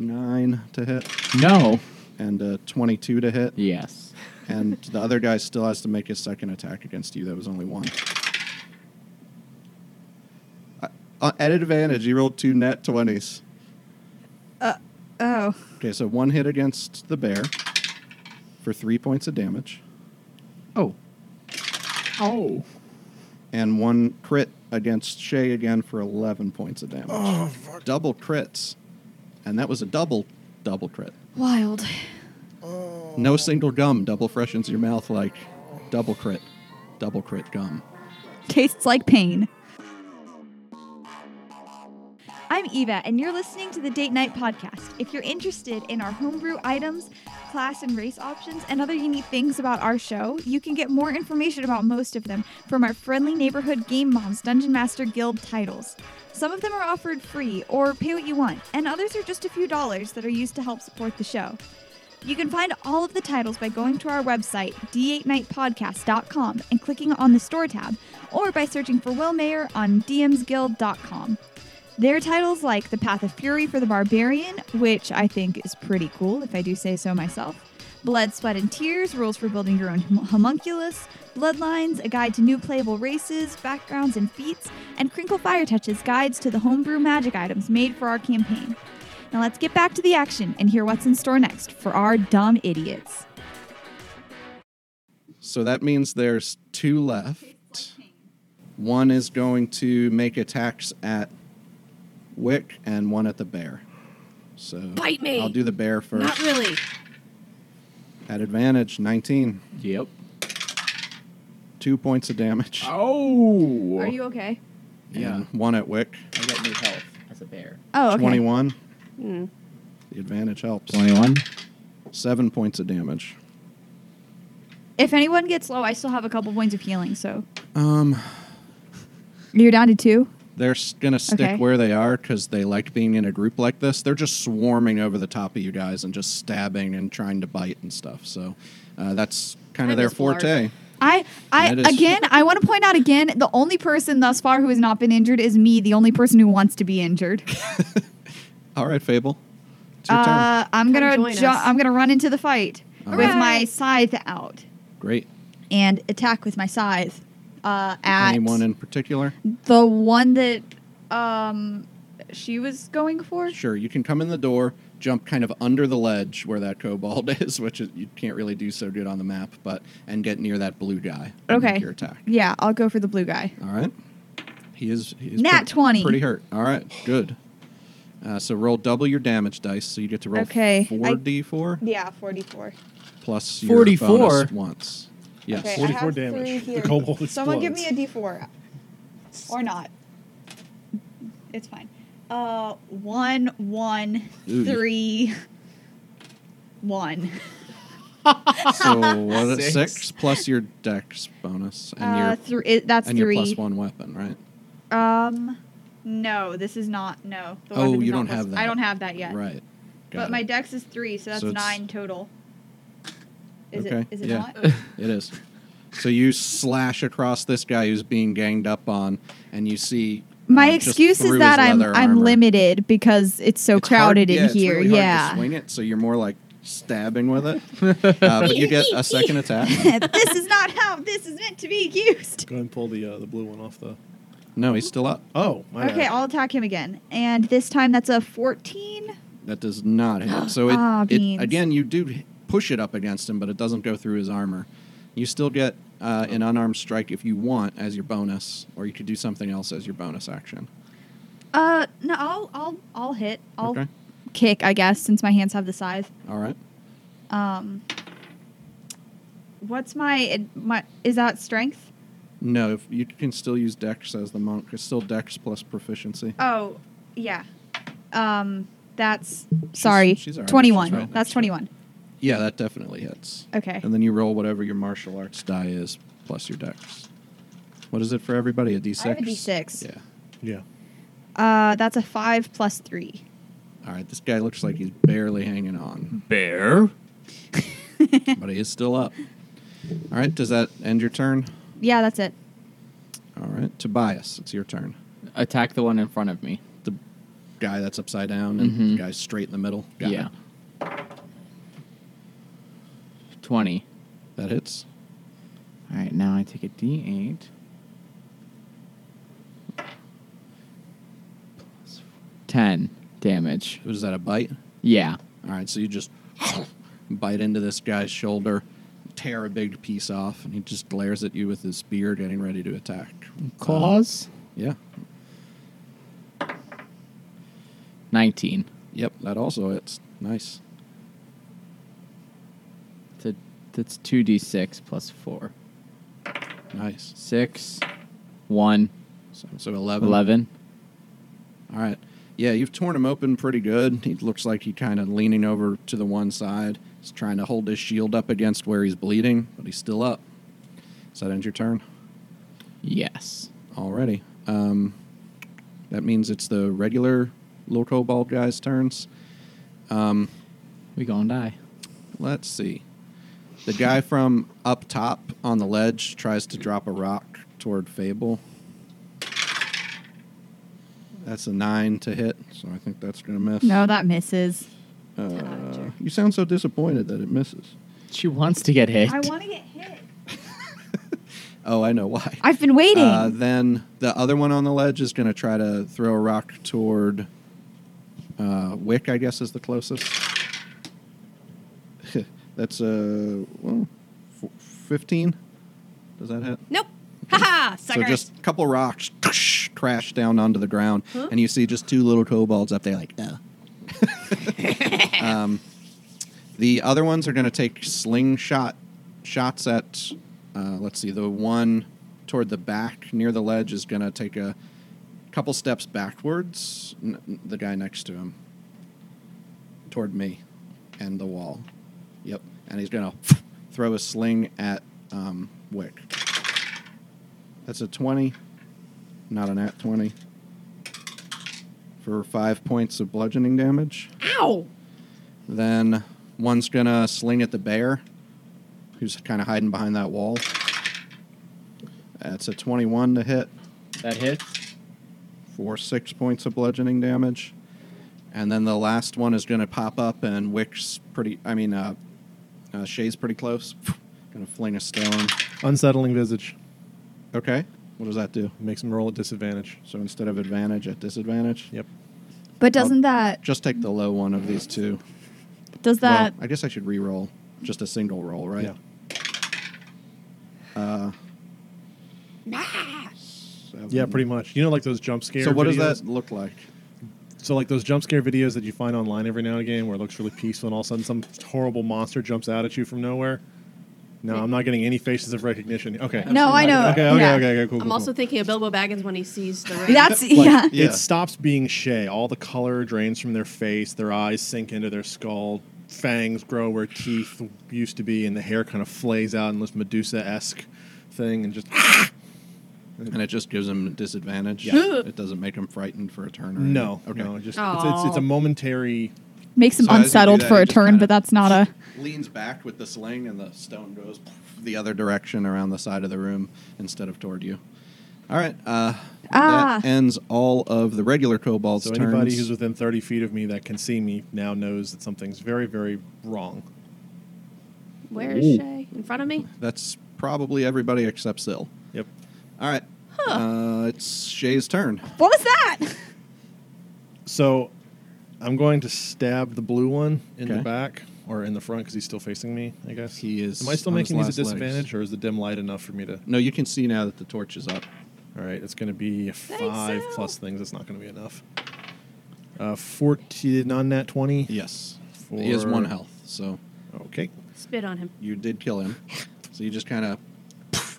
nine to hit. No. and a 22 to hit. Yes. And the other guy still has to make his second attack against you. That was only one. Uh, uh, at advantage, you rolled two net 20s. Oh. Okay, so one hit against the bear for three points of damage, Oh. Oh. and one crit against Shay again for 11 points of damage. Oh, fuck. Double crits. And that was a double, double crit. Wild. No single gum double freshens your mouth like double crit, double crit gum. Tastes like pain. I'm Eva, and you're listening to the Date Night Podcast. If you're interested in our homebrew items, class and race options, and other unique things about our show, you can get more information about most of them from our friendly neighborhood Game Moms Dungeon Master Guild titles. Some of them are offered free or pay what you want, and others are just a few dollars that are used to help support the show. You can find all of the titles by going to our website, d8nightpodcast.com, and clicking on the store tab, or by searching for Will Mayer on dmsguild.com. There are titles like The Path of Fury for the Barbarian, which I think is pretty cool, if I do say so myself. Blood, Sweat, and Tears, Rules for Building Your Own Hum- Homunculus, Bloodlines, A Guide to New Playable Races, Backgrounds, and Feats, and Crinkle Fire Touches Guides to the Homebrew Magic Items made for our campaign. Now let's get back to the action and hear what's in store next for our dumb idiots. So that means there's two left. One is going to make attacks at Wick and one at the bear. So Bite me! I'll do the bear first. Not really. At advantage, 19. Yep. Two points of damage. Oh. Are you okay? And Yeah. One at Wick. I got new health as a bear. Oh, okay. 21. Mm. The advantage helps. Twenty-one. Seven points of damage. If anyone gets low, I still have a couple points of healing, so. Um, You're down to two? they're s- gonna stick Okay. where they are because they like being in a group like this. They're just swarming over the top of you guys and just stabbing and trying to bite and stuff. So uh, that's kind I of their miss Blarg. forte. I, I That is- again, I want to point out again, the only person thus far who has not been injured is me, the only person who wants to be injured. All right, Fable, it's your turn. Uh, I'm Come gonna, join ju- us. I'm gonna run into the fight with Alright. my scythe out Great. and attack with my scythe uh, at Anyone in particular? the one that um she was going for. Sure, you can come in the door, jump kind of under the ledge where that kobold is, which is, you can't really do so good on the map, but and get near that blue guy. and make Okay. Your attack. Yeah, I'll go for the blue guy. All right. He is. He is Nat pretty, 20. Pretty hurt. All right. Good. Uh, so roll double your damage dice. So you get to roll Okay, I- four d four Yeah, 44. plus your 44? bonus once. Yes. Okay, I 44 have three damage. here. The kobold explodes. Someone give me a d4. Or not. It's fine. Uh, one, one, Ooh. three, one. So what? Six. Six. plus your dex bonus and uh, your three. it- that's and your three. plus one weapon, right? Um, no, this is not. No. The Oh, weapon is you not don't plus- have that. I don't have that yet. Right. Got but it. my dex is three, so that's So it's- nine total. Is it? Okay, Is it yeah. not? It is. So you slash across this guy who's being ganged up on, and you see. My uh, just excuse through is his that I'm leather I'm armor. limited because it's so It's crowded hard- yeah, in it's here. really hard to yeah. swing it, so you're more like stabbing with it. uh, but you get a second attack. this is not how this is meant to be used. Go ahead and pull the uh, the blue one off the. No, he's still up. Oh, my Okay, bad. I'll attack him again. And this time that's a 14. That does not hit. So it, Ah, it beans. again, you do h- push it up against him, but it doesn't go through his armor. You still get uh, an unarmed strike if you want as your bonus, or you could do something else as your bonus action. Uh no, I'll I'll I'll hit. I'll Okay. kick, I guess, since my hands have the scythe. All right. Um What's my my is that strength? No, if you can still use Dex as the monk. It's still Dex plus proficiency. Oh, yeah. Um that's sorry. she's all right. She's 21. right next that's to 21. Yeah, that definitely hits. Okay. And then you roll whatever your martial arts die is plus your dex. What is it for everybody? A d6? I have a D6. Yeah. Yeah. Uh that's a 5 plus 3. All right, this guy looks like he's barely hanging on, Bear. but he is still up. All right, does that end your turn? Yeah, that's it. All right, Tobias, it's your turn. Attack the one in front of me. The guy that's upside down and Mhm. the guy straight in the middle. Got yeah. it. Twenty. That hits. All right, now I take a D8. Plus four. Ten damage. Was that a bite? Yeah. All right, so you just bite into this guy's shoulder, tear a big piece off, and he just glares at you with his spear, getting ready to attack. Uh, Claws. Yeah. 19. Yep. That also it's nice. It's a- That's 2d6 plus 4. Nice. 6, 1, So, so 11. 11. All right. Yeah, you've torn him open pretty good. He looks like he's kind of leaning over to the one side. He's trying to hold his shield up against where he's bleeding, but he's still up. So that ends your turn? Yes. Alrighty. Um, that means it's the regular little cobalt guy's turns. Um, We gonna die. Let's see. The guy from up top on the ledge tries to drop a rock toward Fable. That's a nine to hit, so I think that's going to miss. No, that misses. Uh, you sound so disappointed that it misses. She wants to get hit. I want to get hit. Oh, I know why. I've been waiting. Uh, then the other one on the ledge is going to try to throw a rock toward uh, Wick, I guess, is the closest. That's a well, f- 15. Does that hit? Nope. Haha, So suckers. just a couple rocks crash down onto the ground, Huh? and you see just two little kobolds up there, like, uh. um, the other ones are going to take slingshot shots at, uh, let's see, the one toward the back near the ledge is going to take a couple steps backwards, n- n- the guy next to him, toward me and the wall. Yep. And he's going to throw a sling at um, Wick. That's a 20, not an at 20. For five points of bludgeoning damage. Ow! Then one's going to sling at the bear, who's kind of hiding behind that wall. That's a 21 to hit that hit? for six points of bludgeoning damage. And then the last one is going to pop up, and Wick's pretty, I mean, uh, uh, Shay's pretty close. going to fling a stone. Unsettling visage Okay. What does that do? makes him roll at disadvantage. So instead of advantage, at disadvantage? Yep. but doesn't that Just take the low one of these two. does that Well, I guess I should re-roll just a single roll, right? Yeah. Uh, Yeah, pretty much. You know, like those jump scare. So what does videos? that look like? So like those jump scare videos that you find online every now and again, where it looks really peaceful, and all of a sudden some horrible monster jumps out at you from nowhere. No, I'm not getting any faces of recognition. Okay. No, I know. Okay, okay, Yeah. okay, okay, cool. cool, I'm also cool. thinking of Bilbo Baggins when he sees the ring. That's Like, yeah. Yeah. It stops being Shay. All the color drains from their face. Their eyes sink into their skull. Fangs grow where teeth used to be, and the hair kind of flays out in this Medusa esque thing, and just And it just gives him disadvantage. Yeah. it doesn't make him frightened for a turn. Or no, anything. no, Okay. just it's, it's, it's Aw. a momentary. Makes him So as you do unsettled that, for you a just turn, kinda- but that's not a Leans back with the sling, and the stone goes the other direction around the side of the room instead of toward you. All right. Uh, Ah. That ends all of the regular kobolds' So turns. anybody who's within 30 feet of me that can see me now knows that something's very, very wrong. Where is Ooh. Shay? In front of me? That's probably everybody except Syl. Yep. All right. Uh, it's Shay's turn. What was that? So I'm going to stab the blue one in Okay. the back or in the front because he's still facing me, I guess. He is Am I still on his making these a last legs. disadvantage or is the dim light enough for me to. No, you can see now that the torch is up. All right, it's going to be a five Sal. plus things. That's not going to be enough. Uh, 14 on that 20. Yes. He has one For- health, so Okay. Spit on him. you did kill him. So you just kind of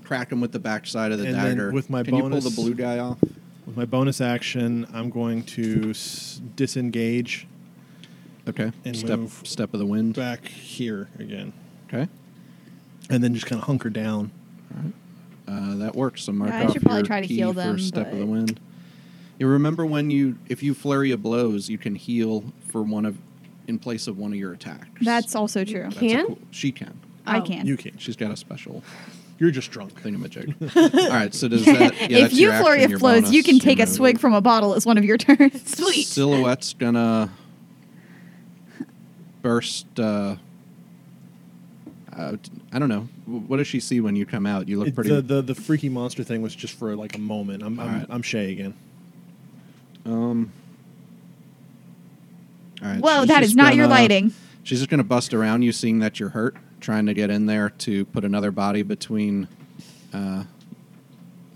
crack him with the backside of the And then dagger. with my Can you pull bonus- the blue guy off? With my bonus action, I'm going to s- disengage Okay. And step move step of the wind. back here again Okay. and then just kind of hunker down. Uh, that works. So mark Yeah, I off should probably your try to key heal for them, step of the but- wind. You remember when you, if you flurry of blows, you can heal for one of, in place of one of your attacks. That's also true. That's a Can? cool- she can. I Oh. can. You can. She's got a special You're just drunk. thingamajig. All right. So does that? Yeah, if that's you your flurry action, of your blows, you bonus, can take a move. swig from a bottle as one of your turns. Silhouette's gonna burst. Uh, out. I don't know. Wh- What does she see when you come out? You look It- pretty. the, the the freaky monster thing was just for like a moment. I'm I'm, Alright. I'm Shay again. um. All right, Whoa, she's that just is not your gonna- lighting. She's just gonna bust around you, seeing that you're hurt, trying to get in there to put another body between uh,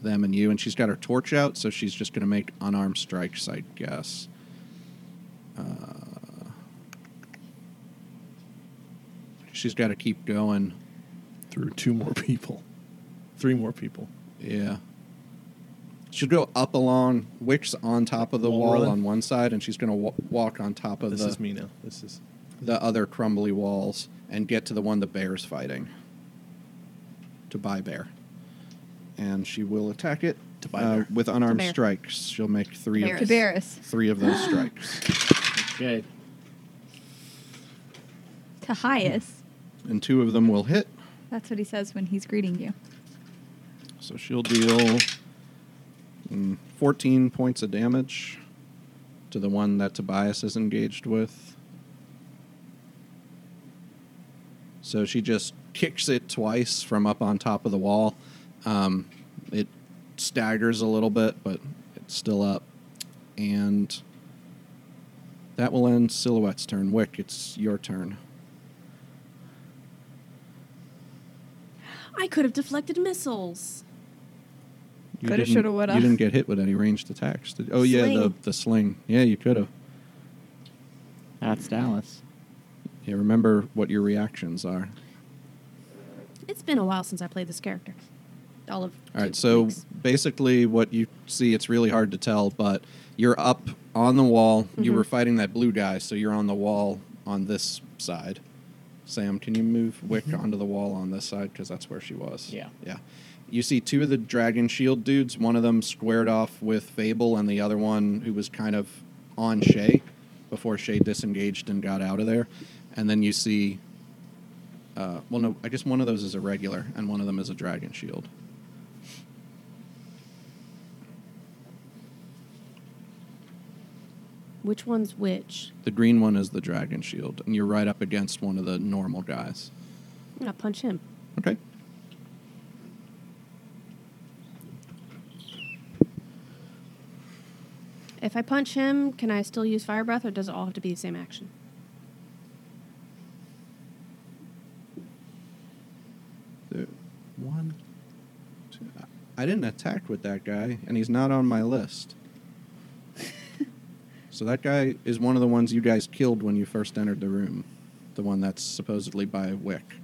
them and you. And she's got her torch out, so she's just going to make unarmed strikes, I guess. Uh, she's got to keep going. through two more people, three more people. Yeah. She'll go up along Wick's on top of the Wall wall run? on one side, and she's going to w- walk on top of this the, is me now. This is the other crumbly walls and get to the one the bear's fighting. To buy bear. And she will attack it To buy uh, bear. with unarmed To bear. strikes. She'll make three To of bear. Tabaris. three of those strikes. Okay. Tahias. And two of them will hit. That's what he says when he's greeting you. So she'll deal mm, 14 points of damage to the one that Tobias is engaged with. So she just kicks it twice from up on top of the wall. Um, it staggers a little bit, but it's still up. And that will end Silhouette's turn. Wick, it's your turn. I could have deflected missiles. You Coulda, didn't- shoulda, woulda. You didn't get hit with any ranged attacks. Did, oh, yeah, the, Sling. the sling. Yeah, you could have. That's Dallas. Yeah, remember what your reactions are. It's been a while since I played this character. All of All right, two so weeks. basically, what you see, it's really hard to tell, but you're up on the wall. You Mm-hmm. were fighting that blue guy, so you're on the wall on this side. Sam, can you move Wick Mm-hmm. onto the wall on this side? Because that's where she was. Yeah. Yeah. You see two of the Dragon Shield dudes, one of them squared off with Fable, and the other one who was kind of on Shay before Shay disengaged and got out of there. And then you see. Uh, well, no, I guess one of those is a regular, and one of them is a Dragon Shield. which one's which? The green one is the dragon shield, and you're right up against one of the normal guys. I'm gonna punch him. Okay. If I punch him, can I still use fire breath, or does it all have to be the same action? There- One, two. I- I didn't attack with that guy, and he's not on my list. so that guy is one of the ones you guys killed when you first entered the room. The one that's supposedly by Wick.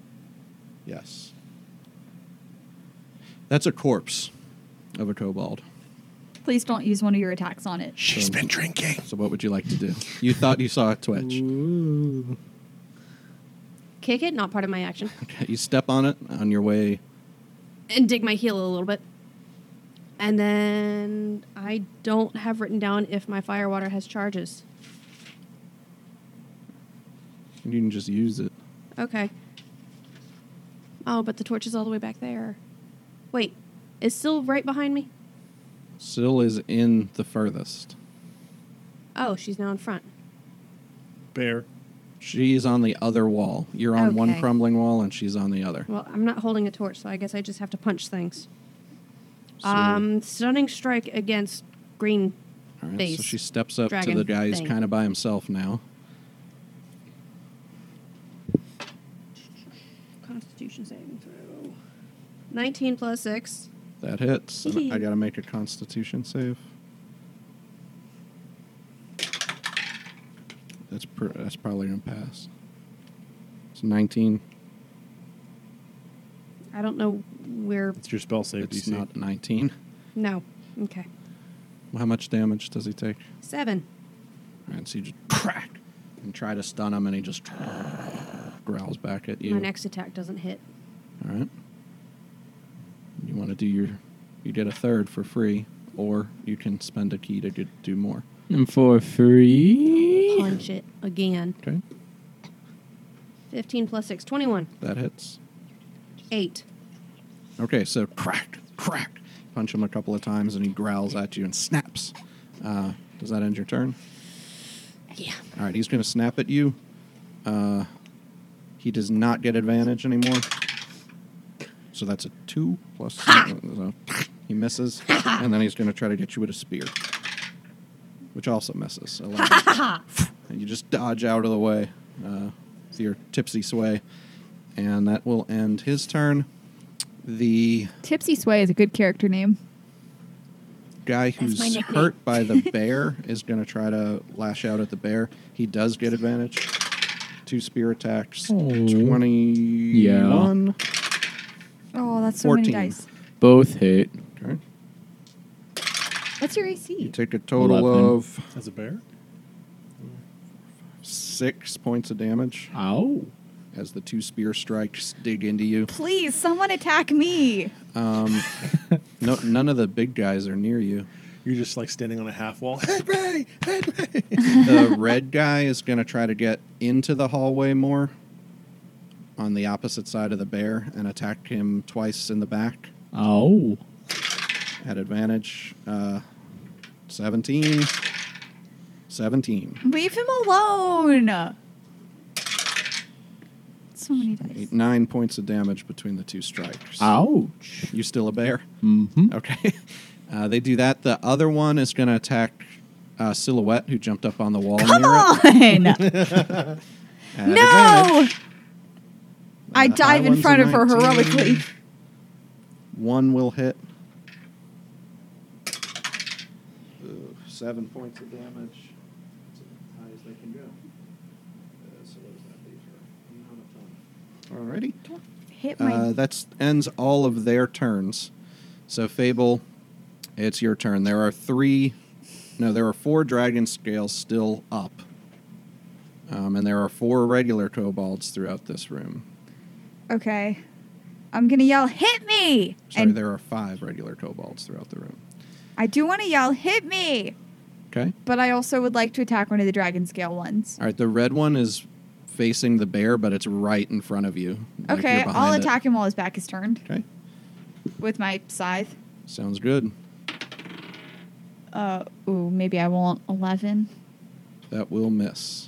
Yes. That's a corpse of a kobold. Please don't use one of your attacks on it. she's been drinking. So what would you like to do? You thought you saw it twitch. Kick it, not part of my action, You step on it on your way and dig my heel a little bit. And then I don't have written down if my fire water has charges. You can just use it. Okay. Oh, but the torch is all the way back there. Wait, is still right behind me? Syl is in the furthest. Oh, she's now in front. Bear. She is on the other wall. You're on one Okay. crumbling wall, and she's on the other. Well, I'm not holding a torch, so I guess I just have to punch things. So- um, stunning strike against green. All right, so face she steps up to dragon the guy. He's thing. kind of by himself now. Constitution saving throw. 19 plus 6. That hits. And I got to make a Constitution save. That's pr- that's probably gonna pass. It's 19. I don't know where. It's your spell save It's DC. not 19. No. Okay. How much damage does he take? 7. All right, so you just crack and try to stun him, and he just growls back at you. My next attack doesn't hit. All right. You want to do your, you get a third for free, or you can spend a key to get, do more. And for free. Punch it again. Okay, 15 plus 6. 21. that hits. 8. Okay, so crack, crack. Punch him a couple of times, and he growls at you and snaps. Uh, does that end your turn? Yeah. All right, he's going to snap at you. Uh, he does not get advantage anymore. So that's a two plus. so he misses, and then he's going to try to get you with a spear, which also misses. 11. and you just dodge out of the way uh, with your tipsy sway, and that will end his turn. The Tipsy Sway is a good character name. guy my who's nickname. hurt by the bear is going to try to lash out at the bear. He does get advantage. Two spear attacks. Oh. 21. Oh, that's so 14. many dice. Both hit. Okay. What's your You AC? take a total 11. of As a bear? six points of damage Ow. as the two spear strikes dig into you. Please, someone attack me. Um, no, none of the big guys are near you. You're just like standing on a half wall. Head ready! Head ready! the red guy is going to try to get into the hallway more on the opposite side of the bear and attack him twice in the back Ow. at advantage. Uh, 17. 17. Leave him alone. So many dice. Eight, nine points of damage between the two strikes. Ouch. You still a bear? Mm-hmm. Okay. Uh, they do that. The other one is going to attack uh, Silhouette, who jumped up on the wall Come near it. on. at no. advantage. I Uh, dive high in one's a front of her 19. heroically. One will hit. Ooh, seven points of damage. That's as high as they can go. Uh, so what does that leave her? Not a ton. Alrighty. Hit my. Uh, that ends all of their turns. So, Fable, it's your turn. There are three, no, there are four dragon scales still up. Um, and there are four regular kobolds throughout this room. okay. I'm gonna yell, hit me! Sorry, and there are five regular kobolds throughout the room. I do want to yell, hit me! Okay. But I also would like to attack one of the dragon scale ones. All right, the red one is facing the bear, but it's right in front of you. Like, Okay, you're I'll behind it. attack him while his back is turned Okay, with my scythe. sounds good. Uh, ooh, maybe I won't. 11. That will miss.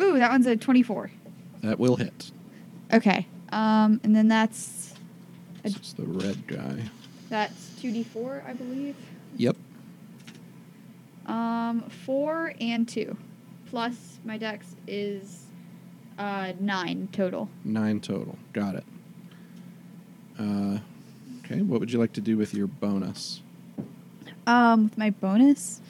Ooh, that one's a 24. That will hit. Okay. Um, and then that's A- It's the red guy. that's 2d4, I believe. Yep. Um, 4 and 2. Plus my dex is uh 9 total. Nine total. Got it. Uh, okay, what would you like to do with your bonus? Um, with my bonus?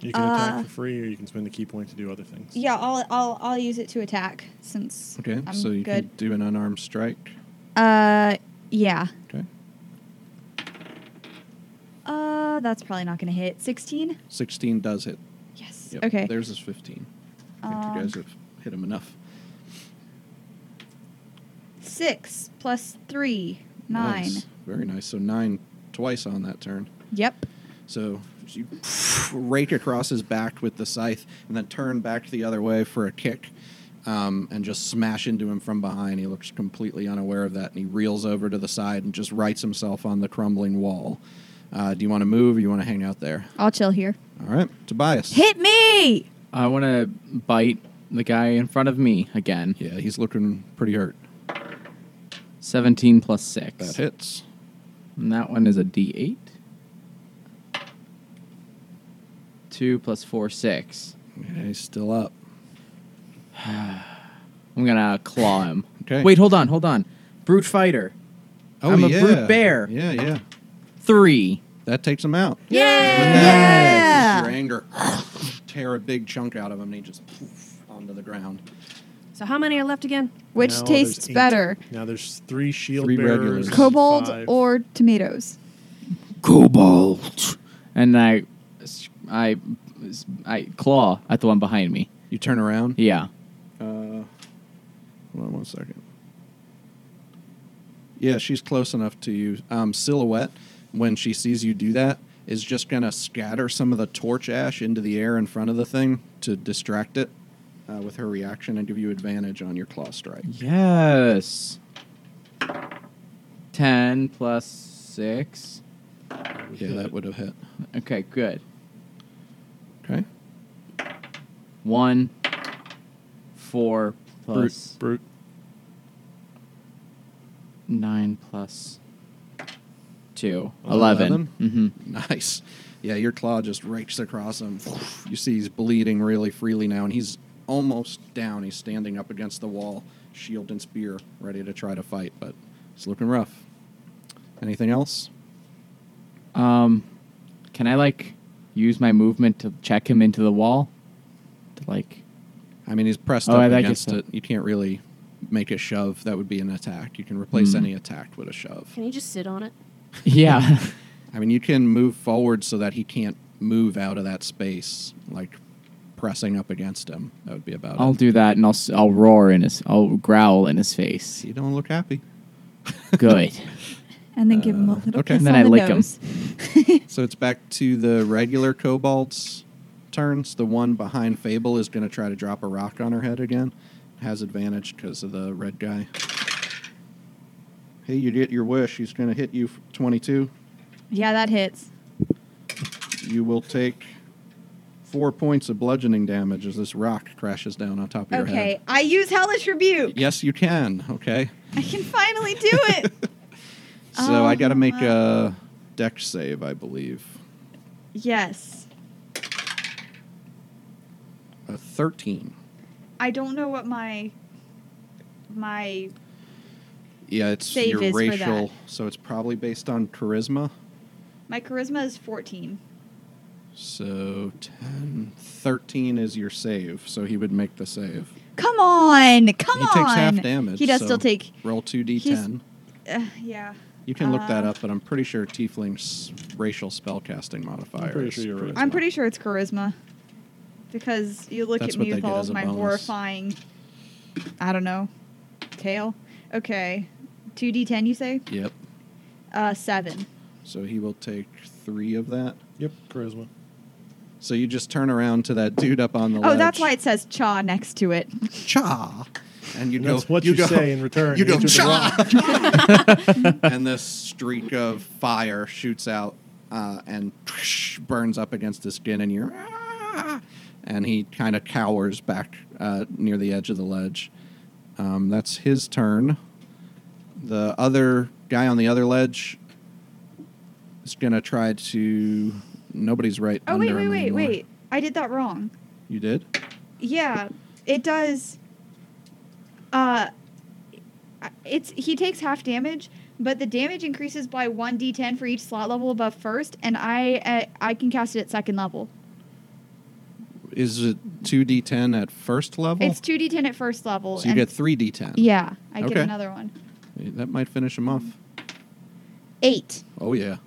You can Uh, attack for free, or you can spend a key point to do other things. Yeah, I'll I'll I'll use it to attack since Okay, I'm so you good. can do an unarmed strike. Uh, yeah. Okay, Uh, that's probably not gonna hit. 16. 16 does hit. Yes. Yep. Okay. Theirs is 15. I think you Um, guys have hit him enough. Six plus three. Nine. Nice. Very nice. So nine twice on that turn. Yep. So you rake across his back with the scythe and then turn back the other way for a kick um, and just smash into him from behind. He looks completely unaware of that and he reels over to the side and just rights himself on the crumbling wall. Uh, do you want to move or you want to hang out there? I'll chill here. All right, Tobias. Hit me! I want to bite the guy in front of me again. Yeah, he's looking pretty hurt. 17 plus 6. That hits. And that one is a D8. 2 plus 4, 6. Yeah, he's still up. I'm going to claw him. Okay. Wait, hold on, hold on. Brute Fighter. I'm a brute bear. Oh, Yeah, yeah. 3. That takes him out. Yeah! With that, your anger tear a big chunk out of him, and he just poof onto the ground. So how many are left again? Which Now there's tastes eight. better, Now there's three shield Three bearers. regulars. and kobold five- or tomatoes? Cobalt. And I, I, I claw at the one behind me. You turn around. Yeah. Uh, hold on one second. Yeah, she's close enough to you. Um, Silhouette, when she sees you do that, is just going to scatter some of the torch ash into the air in front of the thing to distract it uh, with her reaction and give you advantage on your claw strike. Yes. 10 plus 6. Yeah, that would have hit. Okay, good. Okay. 1, 4 plus Brute. Brute. 9 plus 2. Eleven. 11. hmm Nice. Yeah, your claw just rakes across him. You see he's bleeding really freely now, and he's almost down. He's standing up against the wall, shield and spear, ready to try to fight, but it's looking rough. Anything else? Um, can I like use my movement to check him into the wall? To like, I mean, he's pressed Oh, I up like against it. it. You can't really make a shove. That would be an attack. You can replace Hmm. any attack with a shove. Can you just sit on it? yeah, I mean, you can move forward so that he can't move out of that space, like pressing up against him. That would be about I'll it. do that, and I'll s- I'll roar in his, I'll growl in his face. You don't look happy. Good. And then give him a little okay. And kiss then on I the lick 'em. nose. So it's back to the regular kobolds' turns. The one behind Fable is going to try to drop a rock on her head again. Has advantage because of the red guy. Hey, you get your wish. He's going to hit you for 22. Yeah, that hits. You will take four points of bludgeoning damage as this rock crashes down on top of your Okay, head. I use Hellish Rebuke. Yes, you can. Okay. I can finally do it. So I got to make a deck save, I believe. yes. A 13. I don't know what my my Yeah, it's Save your is for racial, that. so it's probably based on charisma. my charisma is 14. So 10, 13 is your save, so he would make the save. Come on. Come he on. takes half damage. He does so still take Roll 2d10. uh, yeah. you can look that uh, up, but I'm pretty sure Tiefling's racial spellcasting modifier. I'm pretty is sure you're right. charisma. I'm pretty sure it's charisma. Because you look That's at what me they with did all as of a my bonus. horrifying I don't know. Tail. Okay. 2d10 you say? Yep. Uh 7. So he will take three of that. Yep, charisma. So you just turn around to that dude up on the Oh, ledge. that's why it says cha next to it. cha. And you And go, that's what you, go, say in return. You go, each of the cha. rock. and this streak of fire shoots out uh, and burns up against his skin, and you're. "Ah." And he kind of cowers back uh, near the edge of the ledge. Um, that's his turn. The other guy on the other ledge is going to try to. Nobody's right. Oh under wait, wait, him wait, anymore. wait. I did that wrong. You did? Yeah, it does. Uh, it's he takes half damage, but the damage increases by one d10 for each slot level above first, and I uh, I can cast it at second level. Is it 2d10 at first level? It's two d10 at first level. so you and- get 3d10. yeah, I get Okay. another one. That might finish him off. Eight. Oh, yeah. Ah,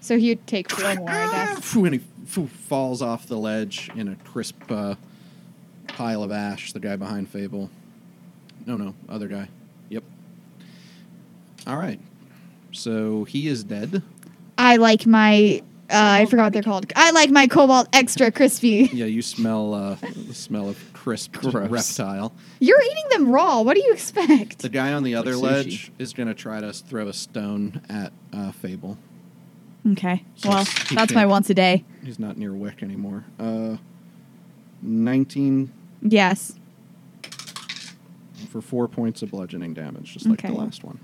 So you would take four more, I guess. Phew, and he phew, falls off the ledge in a crisp uh, pile of ash. The guy behind Fable. No, no, other guy. Yep. All right. So he is dead. I like my. Uh, I forgot what they're called. I like my cobalt extra crispy. Yeah, you smell uh, the smell of crisp Gross. reptile. You're eating them raw. What do you expect? The guy on the other sushi. ledge is going to try to throw a stone at uh, Fable. Okay. So Well, it's- you that's my can't- once a day. He's not near Wick anymore. Uh, 19 Yes. for four points of bludgeoning damage, just like Okay. the last one.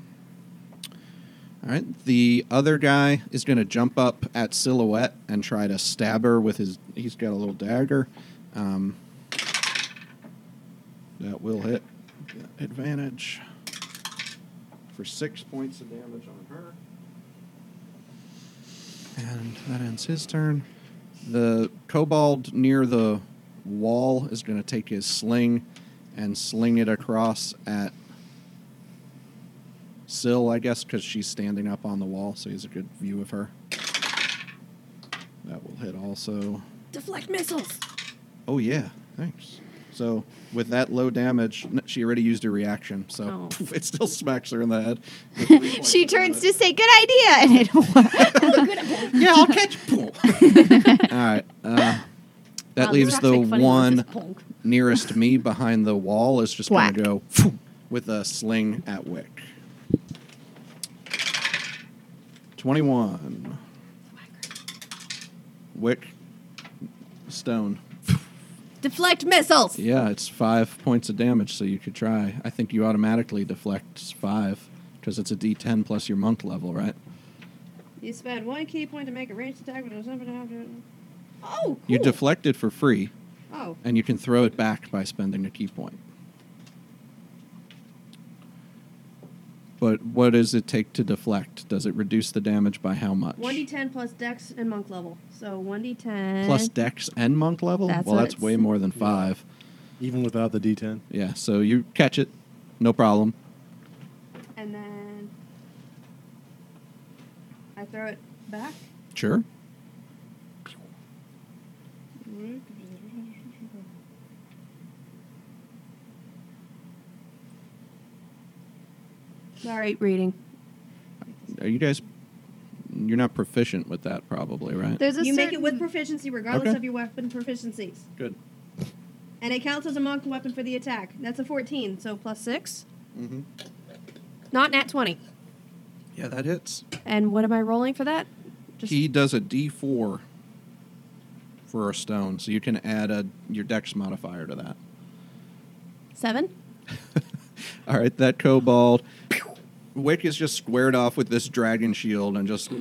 All right. The other guy is going to jump up at silhouette and try to stab her with his. He's got a little dagger. Um, that will hit. Advantage for six points of damage on her. And that ends his turn. The kobold near the wall is going to take his sling and sling it across at Sill, I guess, because she's standing up on the wall, so he has a good view of her. That will hit also. Deflect missiles. Oh, yeah. Thanks. So, with that low damage, n- she already used her reaction, so Oh. it still smacks her in the head. With three points She of turns damage. to say, "Good idea," and it. Yeah, I'll catch you. All right. Uh, that Wow, leaves this is the actually funny with one this bonk. nearest me behind the wall is just going to Whack. go with a sling at Wick. 21. Wick. Stone. Deflect missiles. Yeah, it's five points of damage, so you could try. I think you automatically deflect five because it's a d10 plus your monk level, right? You spend one key point to make a ranged attack with a something. Oh, cool. You deflect it for free, Oh, and you can throw it back by spending a key point. But what does it take to deflect? Does it reduce the damage by how much? 1d10 plus dex and monk level. So 1d10. Plus dex and monk level? That's well, what that's it's- way more than five. Even without the D10. Yeah, so you catch it, no problem. And then I throw it back. Sure. All right, reading. Are you guys. You're not proficient with that, probably, right? There's a You make it certain- with proficiency, regardless Okay. of your weapon proficiencies, Good. and it counts as a monk weapon for the attack. That's a 14, so plus six. Mm-hmm. Not nat 20. Yeah, that hits. And what am I rolling for that? Just he does a d4 for a stone, so you can add a your dex modifier to that. seven. All right, that kobold. Wick is just squared off with this dragon shield and just,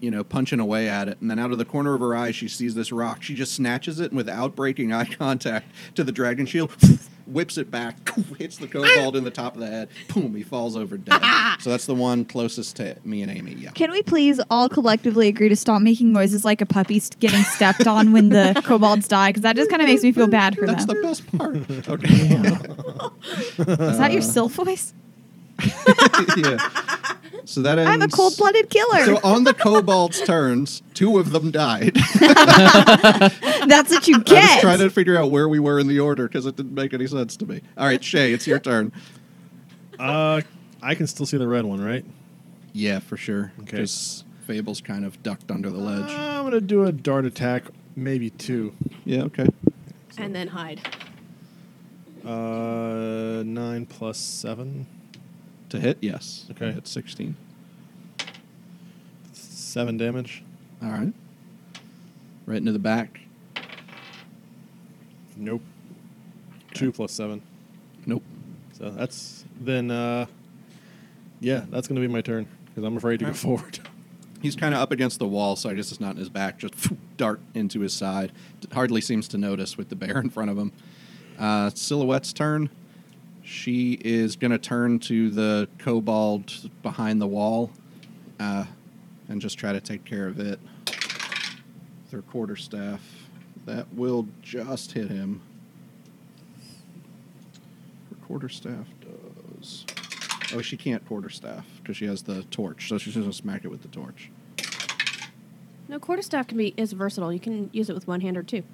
you know, punching away at it. And then out of the corner of her eye, she sees this rock. She just snatches it and without breaking eye contact to the dragon shield, whips it back, hits the kobold in the top of the head. Boom, he falls over dead. so that's the one closest to me and Amy, yeah. Can we please all collectively agree to stop making noises like a puppy st- getting stepped on when the kobolds die? Because that just kind of makes me feel bad for That's the them. best part. Okay. Is that your silk voice? yeah. So that ends. I'm a cold-blooded killer. So on the kobolds' turns, two of them died. That's what you uh, I was get. trying to figure out where we were in the order because it didn't make any sense to me. All right, Shay, it's your turn. Uh, I can still see the red one, right? Yeah, for sure. Okay. Because Fable's kind of ducked under the Uh, ledge. I'm gonna do a dart attack, maybe two. yeah, okay. And then hide. Uh, nine plus seven, To hit, yes. Okay. It's 16. seven damage. All right. Right into the back. Nope. Two plus seven. Nope. So that's then. Uh, yeah, that's gonna be my turn because I'm afraid to go forward. He's kind of up against the wall, so I guess it's not in his back. Just dart into his side. Hardly seems to notice with the bear in front of him. Uh, Silhouette's turn. She is going to turn to the kobold behind the wall uh, and just try to take care of it. With her quarter staff. That will just hit him. Her quarter staff does. Oh, she can't quarter staff because she has the torch, so she's going to smack it with the torch. No, quarterstaff can be is versatile. You can use it with one hand or two.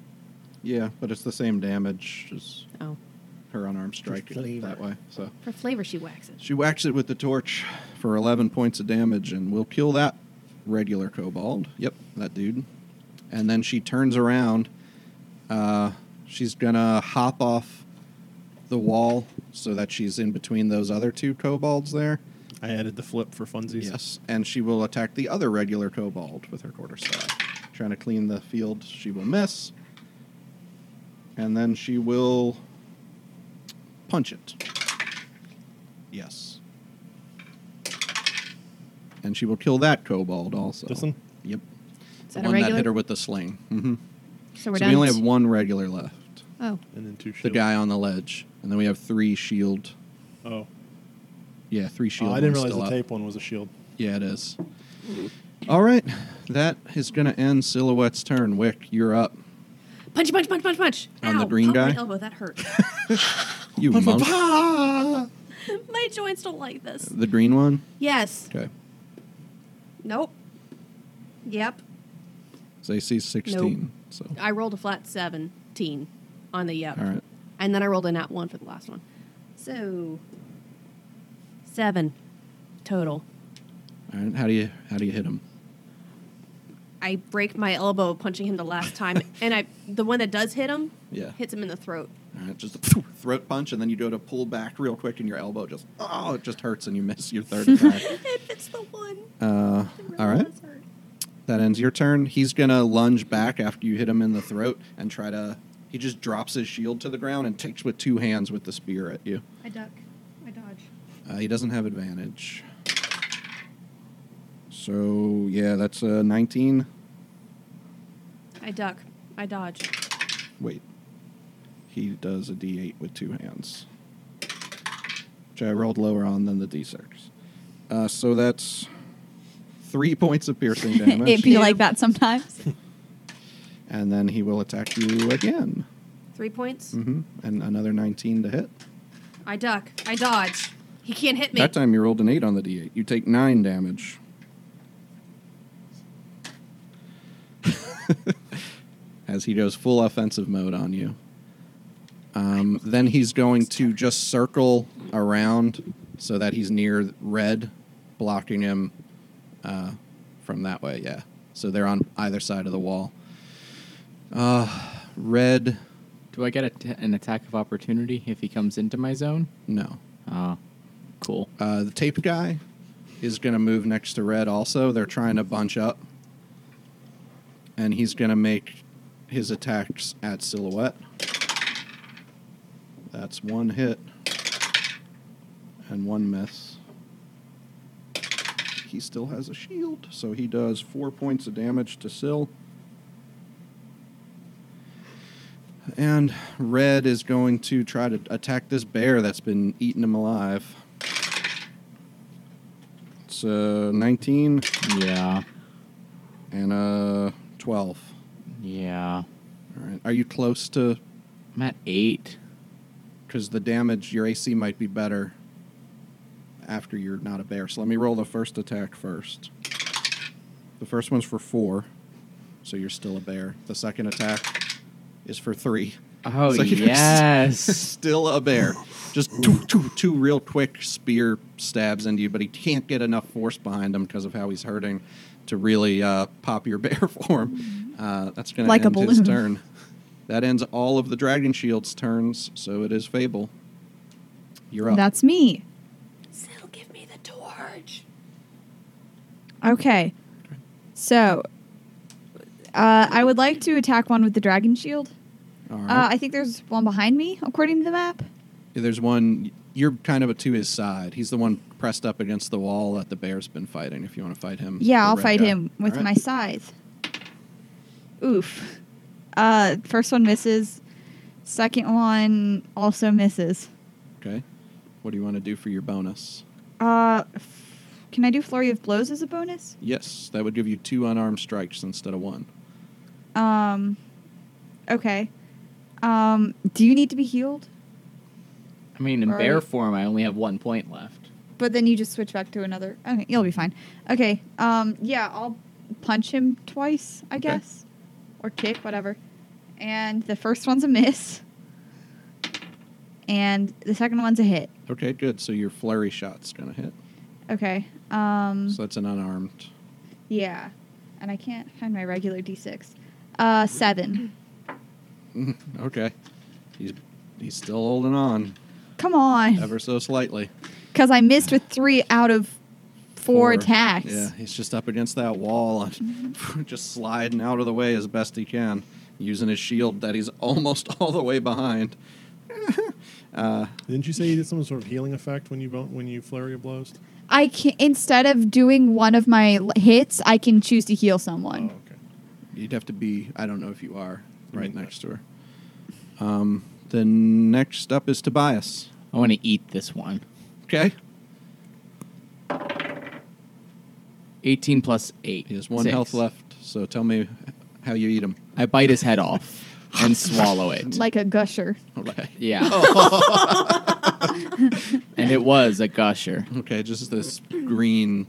Yeah, but it's the same damage as Oh, her unarmed strike flavor. that way. So for flavor, she waxes. she whacks it with the torch for 11 points of damage and will kill that regular kobold. Yep, that dude. And then she turns around. Uh, she's gonna hop off the wall so that she's in between those other two kobolds there. I added the flip for funsies. Yes, and she will attack the other regular kobold with her quarterstaff. Trying to clean the field, she will miss. And then she will punch it. Yes. And she will kill that kobold also. This one? Yep. Is that The a one that regular? hit her with the sling. hmm so we're So down. we only to- have one regular left. oh, And then two. Shields. The guy on the ledge. And then we have three shield. Oh. Yeah, three shield. oh, I didn't ones realize still the up. tape one was a shield. Yeah, it is. All right. That is going to end Silhouette's turn. Wick, you're up. punch, punch, punch, punch, punch. On the Ow, green popped my guy? elbow that hurt. You monk. my joints don't like this. The green one? Yes. Okay. Nope. Yep. So AC 16. So, I rolled a flat 17 on the yep. all right. And then I rolled a nat 1 for the last one. So, 7 total. All right. How do you how do you hit him? I break my elbow punching him the last time. and I the one that does hit him Yeah. hits him in the throat. All right. Just a throat punch and then you go to pull back real quick and your elbow just oh, it just hurts and you miss your third attack. If it's the one. Uh, it really all right. does hurt. That ends your turn. He's gonna lunge back after you hit him in the throat and try to he just drops his shield to the ground and takes with two hands with the spear at you. I duck. I dodge. Uh, he doesn't have advantage. So yeah, that's a 19. I duck. I dodge. Wait, he does a D8 with two hands, which I rolled lower on than the D6. Uh, so that's three points of piercing damage. It be like that sometimes. and then he will attack you again. Three points. hmm And another 19 to hit. I duck. I dodge. He can't hit me. That time you rolled an 8 on the d8. You take 9 damage. As he goes full offensive mode on you. Um, then he's going to just circle around so that he's near red, blocking him uh, from that way, yeah. So they're on either side of the wall. Uh, red, Do I get a t- an attack of opportunity if he comes into my zone? no. Oh, cool. Uh, the tape guy is going to move next to Red also. They're trying to bunch up. And he's going to make his attacks at Silhouette. That's one hit and one miss. He still has a shield, so he does four points of damage to Sill. And Red is going to try to attack this bear that's been eating him alive. It's uh, 19 Yeah, and uh, 12. yeah. All right. Are you close to. I'm at eight. Because the damage, your AC might be better after you're not a bear. So let me roll the first attack first. The first one's for 4, so you're still a bear. The second attack is for 3. Oh So you're yes. still a bear. Just two, two, two real quick spear stabs into you, but he can't get enough force behind him because of how he's hurting to really uh, pop your bear form. Uh, that's going to Like a end his balloon. turn. That ends all of the Dragon Shield's turns, so it is Fable. You're up. That's me. Still give me the torch. Okay. So, uh, I would like to attack one with the dragon shield. all Uh, right. I think there's one behind me, according to the map. There's one. You're kind of to his side. He's the one pressed up against the wall that the bear's been fighting. If you want to fight him, Yeah, the I'll red fight guy. him with All right. my scythe. Oof. Uh, first one misses. Second one also misses. Okay. What do you want to do for your bonus? Uh, f- can I do flurry of blows as a bonus? Yes, that would give you two unarmed strikes instead of one. Um, okay. Um, do you need to be healed? I mean, in Or- bear form, I only have one point left. But then you just switch back to another. Okay, you'll be fine. Okay. Um, yeah, I'll punch him twice, I Okay. guess, or kick, whatever. And the first one's a miss, and the second one's a hit. Okay, good. So your flurry shot's gonna hit. Okay. Um, So that's an unarmed. yeah, and I can't find my regular d6. Uh, seven. okay, he's he's still holding on Come on, ever so slightly. because I missed with three out of four, attacks. Mm-hmm. Yeah, he's just up against that wall and just sliding out of the way as best he can, using his shield that he's almost all the way behind. uh, Didn't you say you did some sort of healing effect when you bo- when you flurry of blows? I can instead of doing one of my l- hits, I can choose to heal someone. okay. You'd have to be, I don't know if you are, right Mm. Mm-hmm. next to her. Um, the next up is Tobias. I want to eat this one. Okay. 18 plus 8. He has one Six. health left, so tell me how you eat him. I bite his head off and swallow Oh. it. Like a gusher. Okay. Yeah. and it was a gusher. Okay, just this green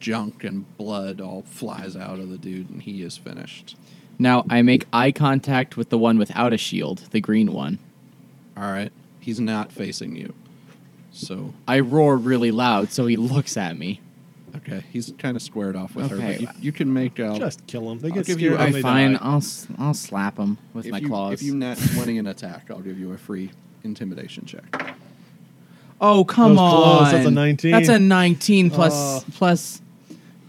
junk and blood all flies out of the dude, and he is finished. Now I make eye contact with the one without a shield, the green one. All right. He's not facing you. So, I roar really loud, so he looks at me. okay. He's kind of squared off with her, Okay. but you, you can make out. Just kill him. They I'll get give you scared a and I they fine. die. I'll s- I'll slap him with if my you, claws. If you nat 20 an attack, I'll give you a free intimidation check. oh come Those claws, on! that's a 19. That's a 19 plus- Oh. plus-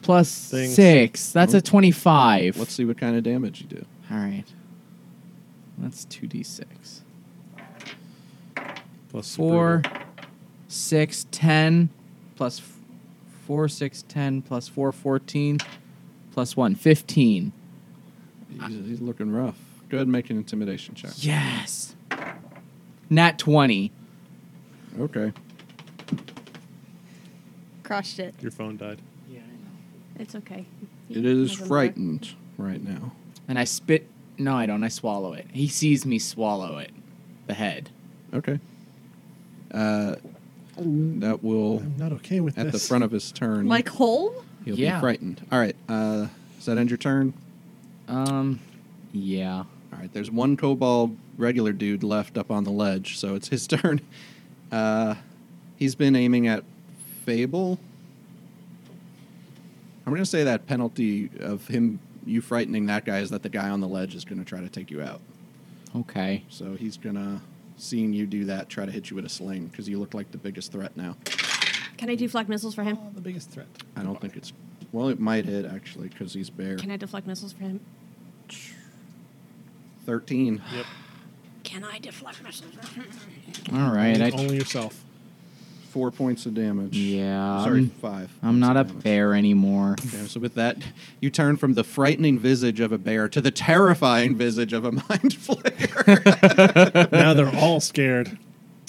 plus Things. six. That's a Nope. twenty-five. Let's see what kind of damage you do. All right. That's two d six. Plus four, brutal. six, ten, plus f- four, six, ten, plus four, fourteen, plus one, fifteen. He's, he's looking rough. Go ahead and make an intimidation check. Yes. Nat 20. Okay. Crushed it. Your phone died. It's okay. It is Doesn't work. frightened right now. And I spit. No, I don't. I swallow it. He sees me swallow it. The head. Okay. Uh, that will I'm not okay with at the this. front of his turn. Like whole? he'll Yeah. be frightened. All right. Uh, does that end your turn? Um, yeah. All right. There's one kobold regular dude left up on the ledge, so it's his turn. Uh, he's been aiming at Fable. I'm going to say that penalty of him you frightening that guy is that the guy on the ledge is going to try to take you out. Okay. So he's going to seeing you do that try to hit you with a sling because you look like the biggest threat now. Can I deflect missiles for him? Oh, the biggest threat. I don't think it's well it might hit actually because he's bare. Can I deflect missiles for him? 13. Yep. Can I deflect missiles for him? All right. I, Only- only yourself. 4 points of damage. Yeah, Sorry, I'm- 5. I'm not a points of damage. bear anymore. Okay, so with that, you turn from the frightening visage of a bear to the terrifying visage of a mind flayer. now they're all scared.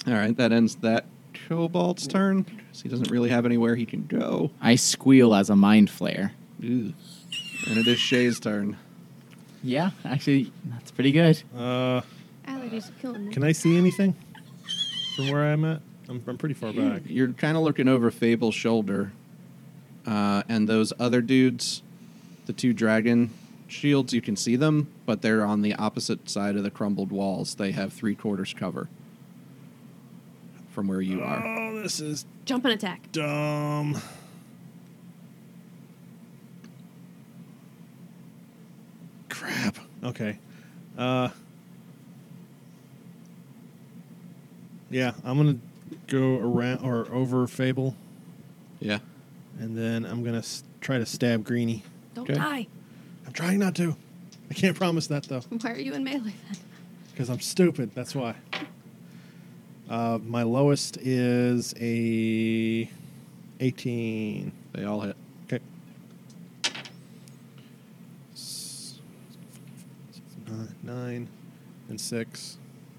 All right, that ends that kobold's turn. 'cause he doesn't really have anywhere he can go. I squeal as a mind flare. Ew. And it is Shay's turn. Yeah, actually, that's pretty good. Uh, Allergies are killing me. can I see anything from where I'm at? I'm, I'm pretty far back. You're kind of looking over Fable's shoulder, uh, and those other dudes, the two dragon shields, you can see them, but they're on the opposite side of the crumbled walls. They have three quarters cover from where you are. Oh, this is Jump and attack. dumb. Crap. Okay. Uh. Yeah, I'm gonna go around or over Fable, Yeah. and then I'm gonna s- try to stab Greeny. Don't Okay. die. I'm trying not to. I can't promise that though, Why are you in melee then? because I'm stupid. That's why. Uh, my lowest is a 18. They all hit. Okay. Nine and six.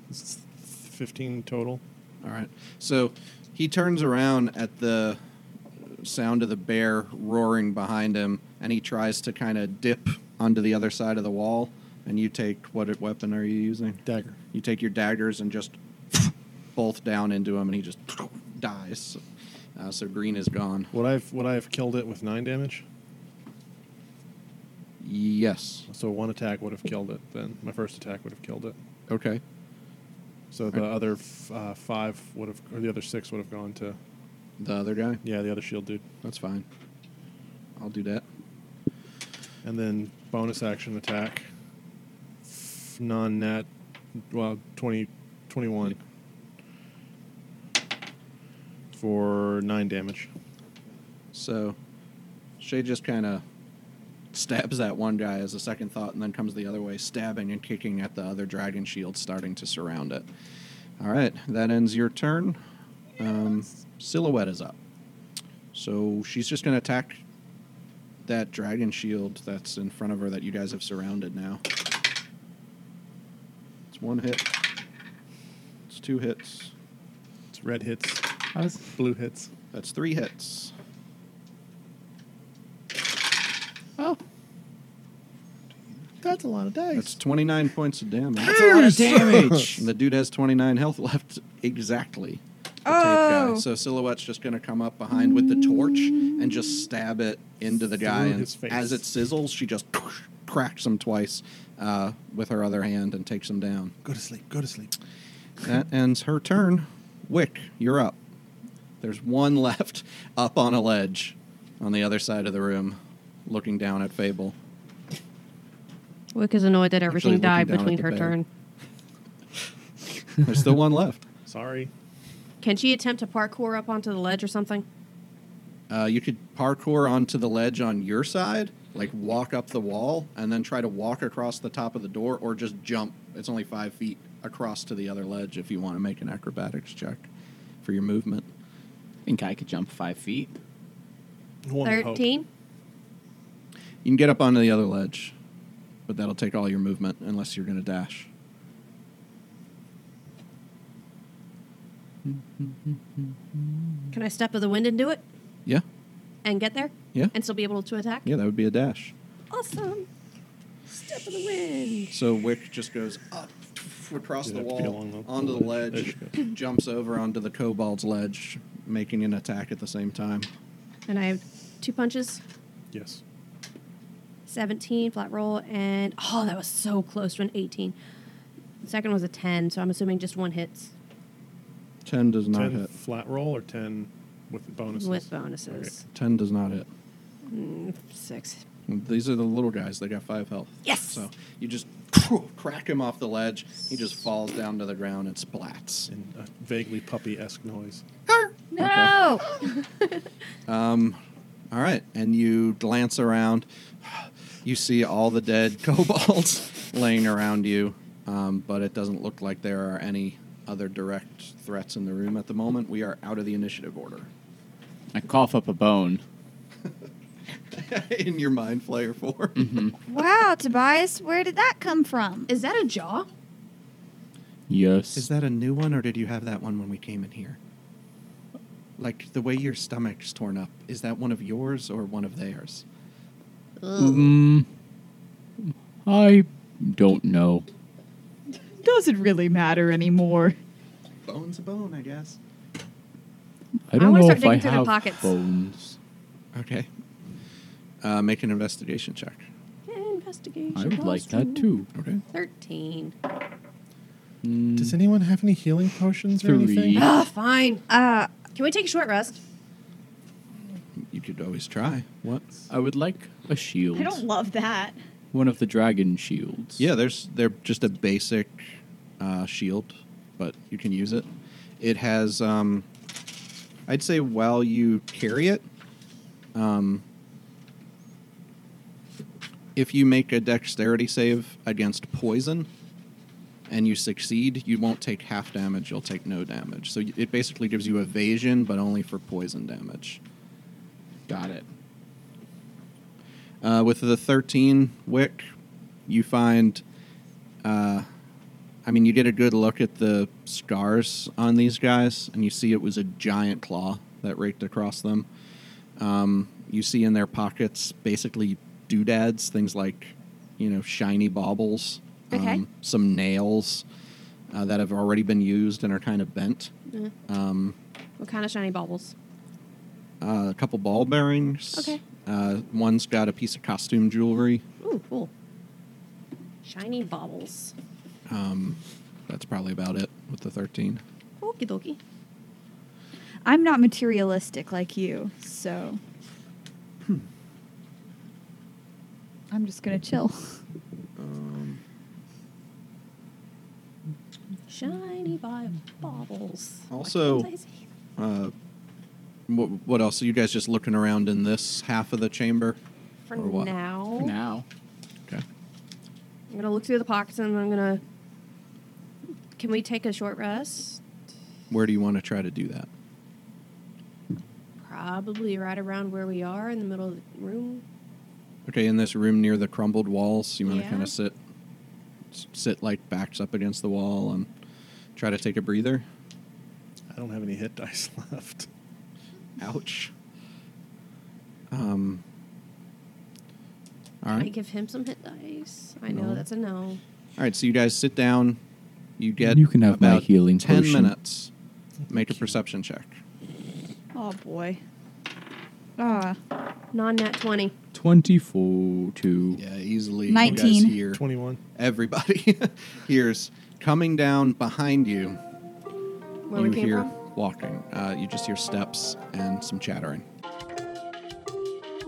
It's 15 total. All right. So he turns around at the sound of the bear roaring behind him, and he tries to kind of dip onto the other side of the wall. And you take what weapon are you using? Dagger. You take your daggers and just both down into him, and he just dies. Uh, so green is gone. Would I have, would I have killed it with nine damage? Yes. So one attack would have killed it then. My first attack would have killed it. Okay. So the other f- uh, five would have, or the other six would have gone to, The other guy. yeah, the other shield dude. That's fine. I'll do that. And then bonus action attack. Non nat, well, 20, 21. For nine damage. So Shay just kind of stabs that one guy as a second thought and then comes the other way, stabbing and kicking at the other dragon shield, starting to surround it. All right, that ends your turn. Um, Silhouette is up. So she's just going to attack that dragon shield that's in front of her that you guys have surrounded now. It's one hit, it's two hits, It's red hits, I was blue hits. that's three hits. oh, That's a lot of dice. That's 29 points of damage. that's a lot of damage. And the dude has 29 health left exactly. to take, uh, Oh. so Silhouette's just going to come up behind with the torch and just stab it into the guy. Through And his face. as it sizzles, she just cracks him twice uh, with her other hand and takes him down. go to sleep. Go to sleep. That ends her turn. Wick, you're up. There's one left up on a ledge on the other side of the room looking down at Fable. Wick is annoyed that everything everything looking died died down at between between the her her bear. turn. turn. There's still one left. Sorry. Can she attempt to parkour up onto the ledge or something? Uh, you could parkour onto the ledge on your side, like walk up the wall, and then try to walk across the top of the door, or just jump. It's only five feet across to the other ledge if you want to make an acrobatics check for your movement. think I could jump five feet. One would hope. Thirteen. You can get up onto the other ledge, but that'll take all your movement unless you're going to dash. Can I step to the wind and do it? Yeah. and get there? Yeah. And still be able to attack? Yeah, that would be a dash. Awesome. Step of the wind. So Wick just goes up across Does the it have to be wall along the- onto the the ledge? ledge, jumps over onto the kobold's ledge, making an attack at the same time. And I have two punches, Yes. 17 flat roll, and oh, that was so close to an 18. The second was a 10, so I'm assuming just one hits Ten does not ten hit. flat roll or ten with bonuses. with bonuses. Ten does not hit. Six. These are the little guys. They got five health. Yes! So you just crack him off the ledge. He just falls down to the ground and splats. And a vaguely puppy-esque noise. No. Um, all right, and you glance around. You see all the dead kobolds laying around you, um, but it doesn't look like there are any other direct threats in the room at the moment. We are out of the initiative order. I cough up a bone. in your mind flayer form. Wow, Tobias, where did that come from? Is that a jaw? Yes. Is that a new one, or did you have that one when we came in here? Like the way your stomach's torn up, is that one of yours or one of theirs? Mm, I don't know. Doesn't really matter anymore. Bone's a bone, I guess. I don't wanna know start if I digging through their have pockets. bones. Okay. Uh, make an investigation check. Investigation. I would like costume. that too. Okay. 13. Mm, Does anyone have any healing potions or Three. anything? Ah, fine. Uh, Can we take a short rest? You could always try. What? I would like a shield. I don't love that. One of the dragon shields. Yeah, there's they're just a basic uh, shield, but you can use it. It has, um, I'd say, while you carry it, um, if you make a dexterity save against poison and you succeed, you won't take half damage. You'll take no damage. So y- it basically gives you evasion, but only for poison damage. Got it. Uh, with the 13 wick, you find, uh, I mean, you get a good look at the scars on these guys, and you see it was a giant claw that raked across them. Um, you see in their pockets basically doodads, things like, you know, shiny baubles, Okay. um, some nails uh, that have already been used and are kind of bent. Mhm. Um, What kind of shiny baubles? uh, a couple ball bearings. Okay. Uh, one's got a piece of costume jewelry. Ooh, cool. Shiny baubles. Um, that's probably about it with the 13. Okie dokie. I'm not materialistic like you, so. Hmm. I'm just gonna chill. Um, Shiny bi- baubles. Why Also- can't I say that? uh, what, what else? Are you guys just looking around in this half of the chamber? for or what? now, Now. Okay. I'm gonna look through the pockets and I'm gonna. Can we take a short rest? Where do you want to try to do that? Probably right around where we are in the middle of the room. Okay, in this room near the crumbled walls, you want to Yeah. kind of sit, s- sit like backs up against the wall and try to take a breather. I don't have any hit dice left. Ouch. Um. All Can I right. give him some hit dice? I know No. that's a no. All right. So you guys sit down. You get You can have my about healing ten potion. minutes. Make a perception check. Oh boy. Ah. Non nat 20. 24 to. Yeah, easily. You guys 19. hear Twenty-one. everybody hears coming down behind you. Where you we came hear from? walking. Uh, you just hear steps and some chattering.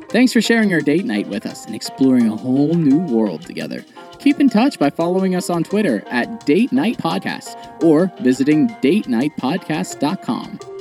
Thanks for sharing your date night with us and exploring a whole new world together. Keep in touch by following us on Twitter at Date Night Podcast or visiting datenightpodcast.com.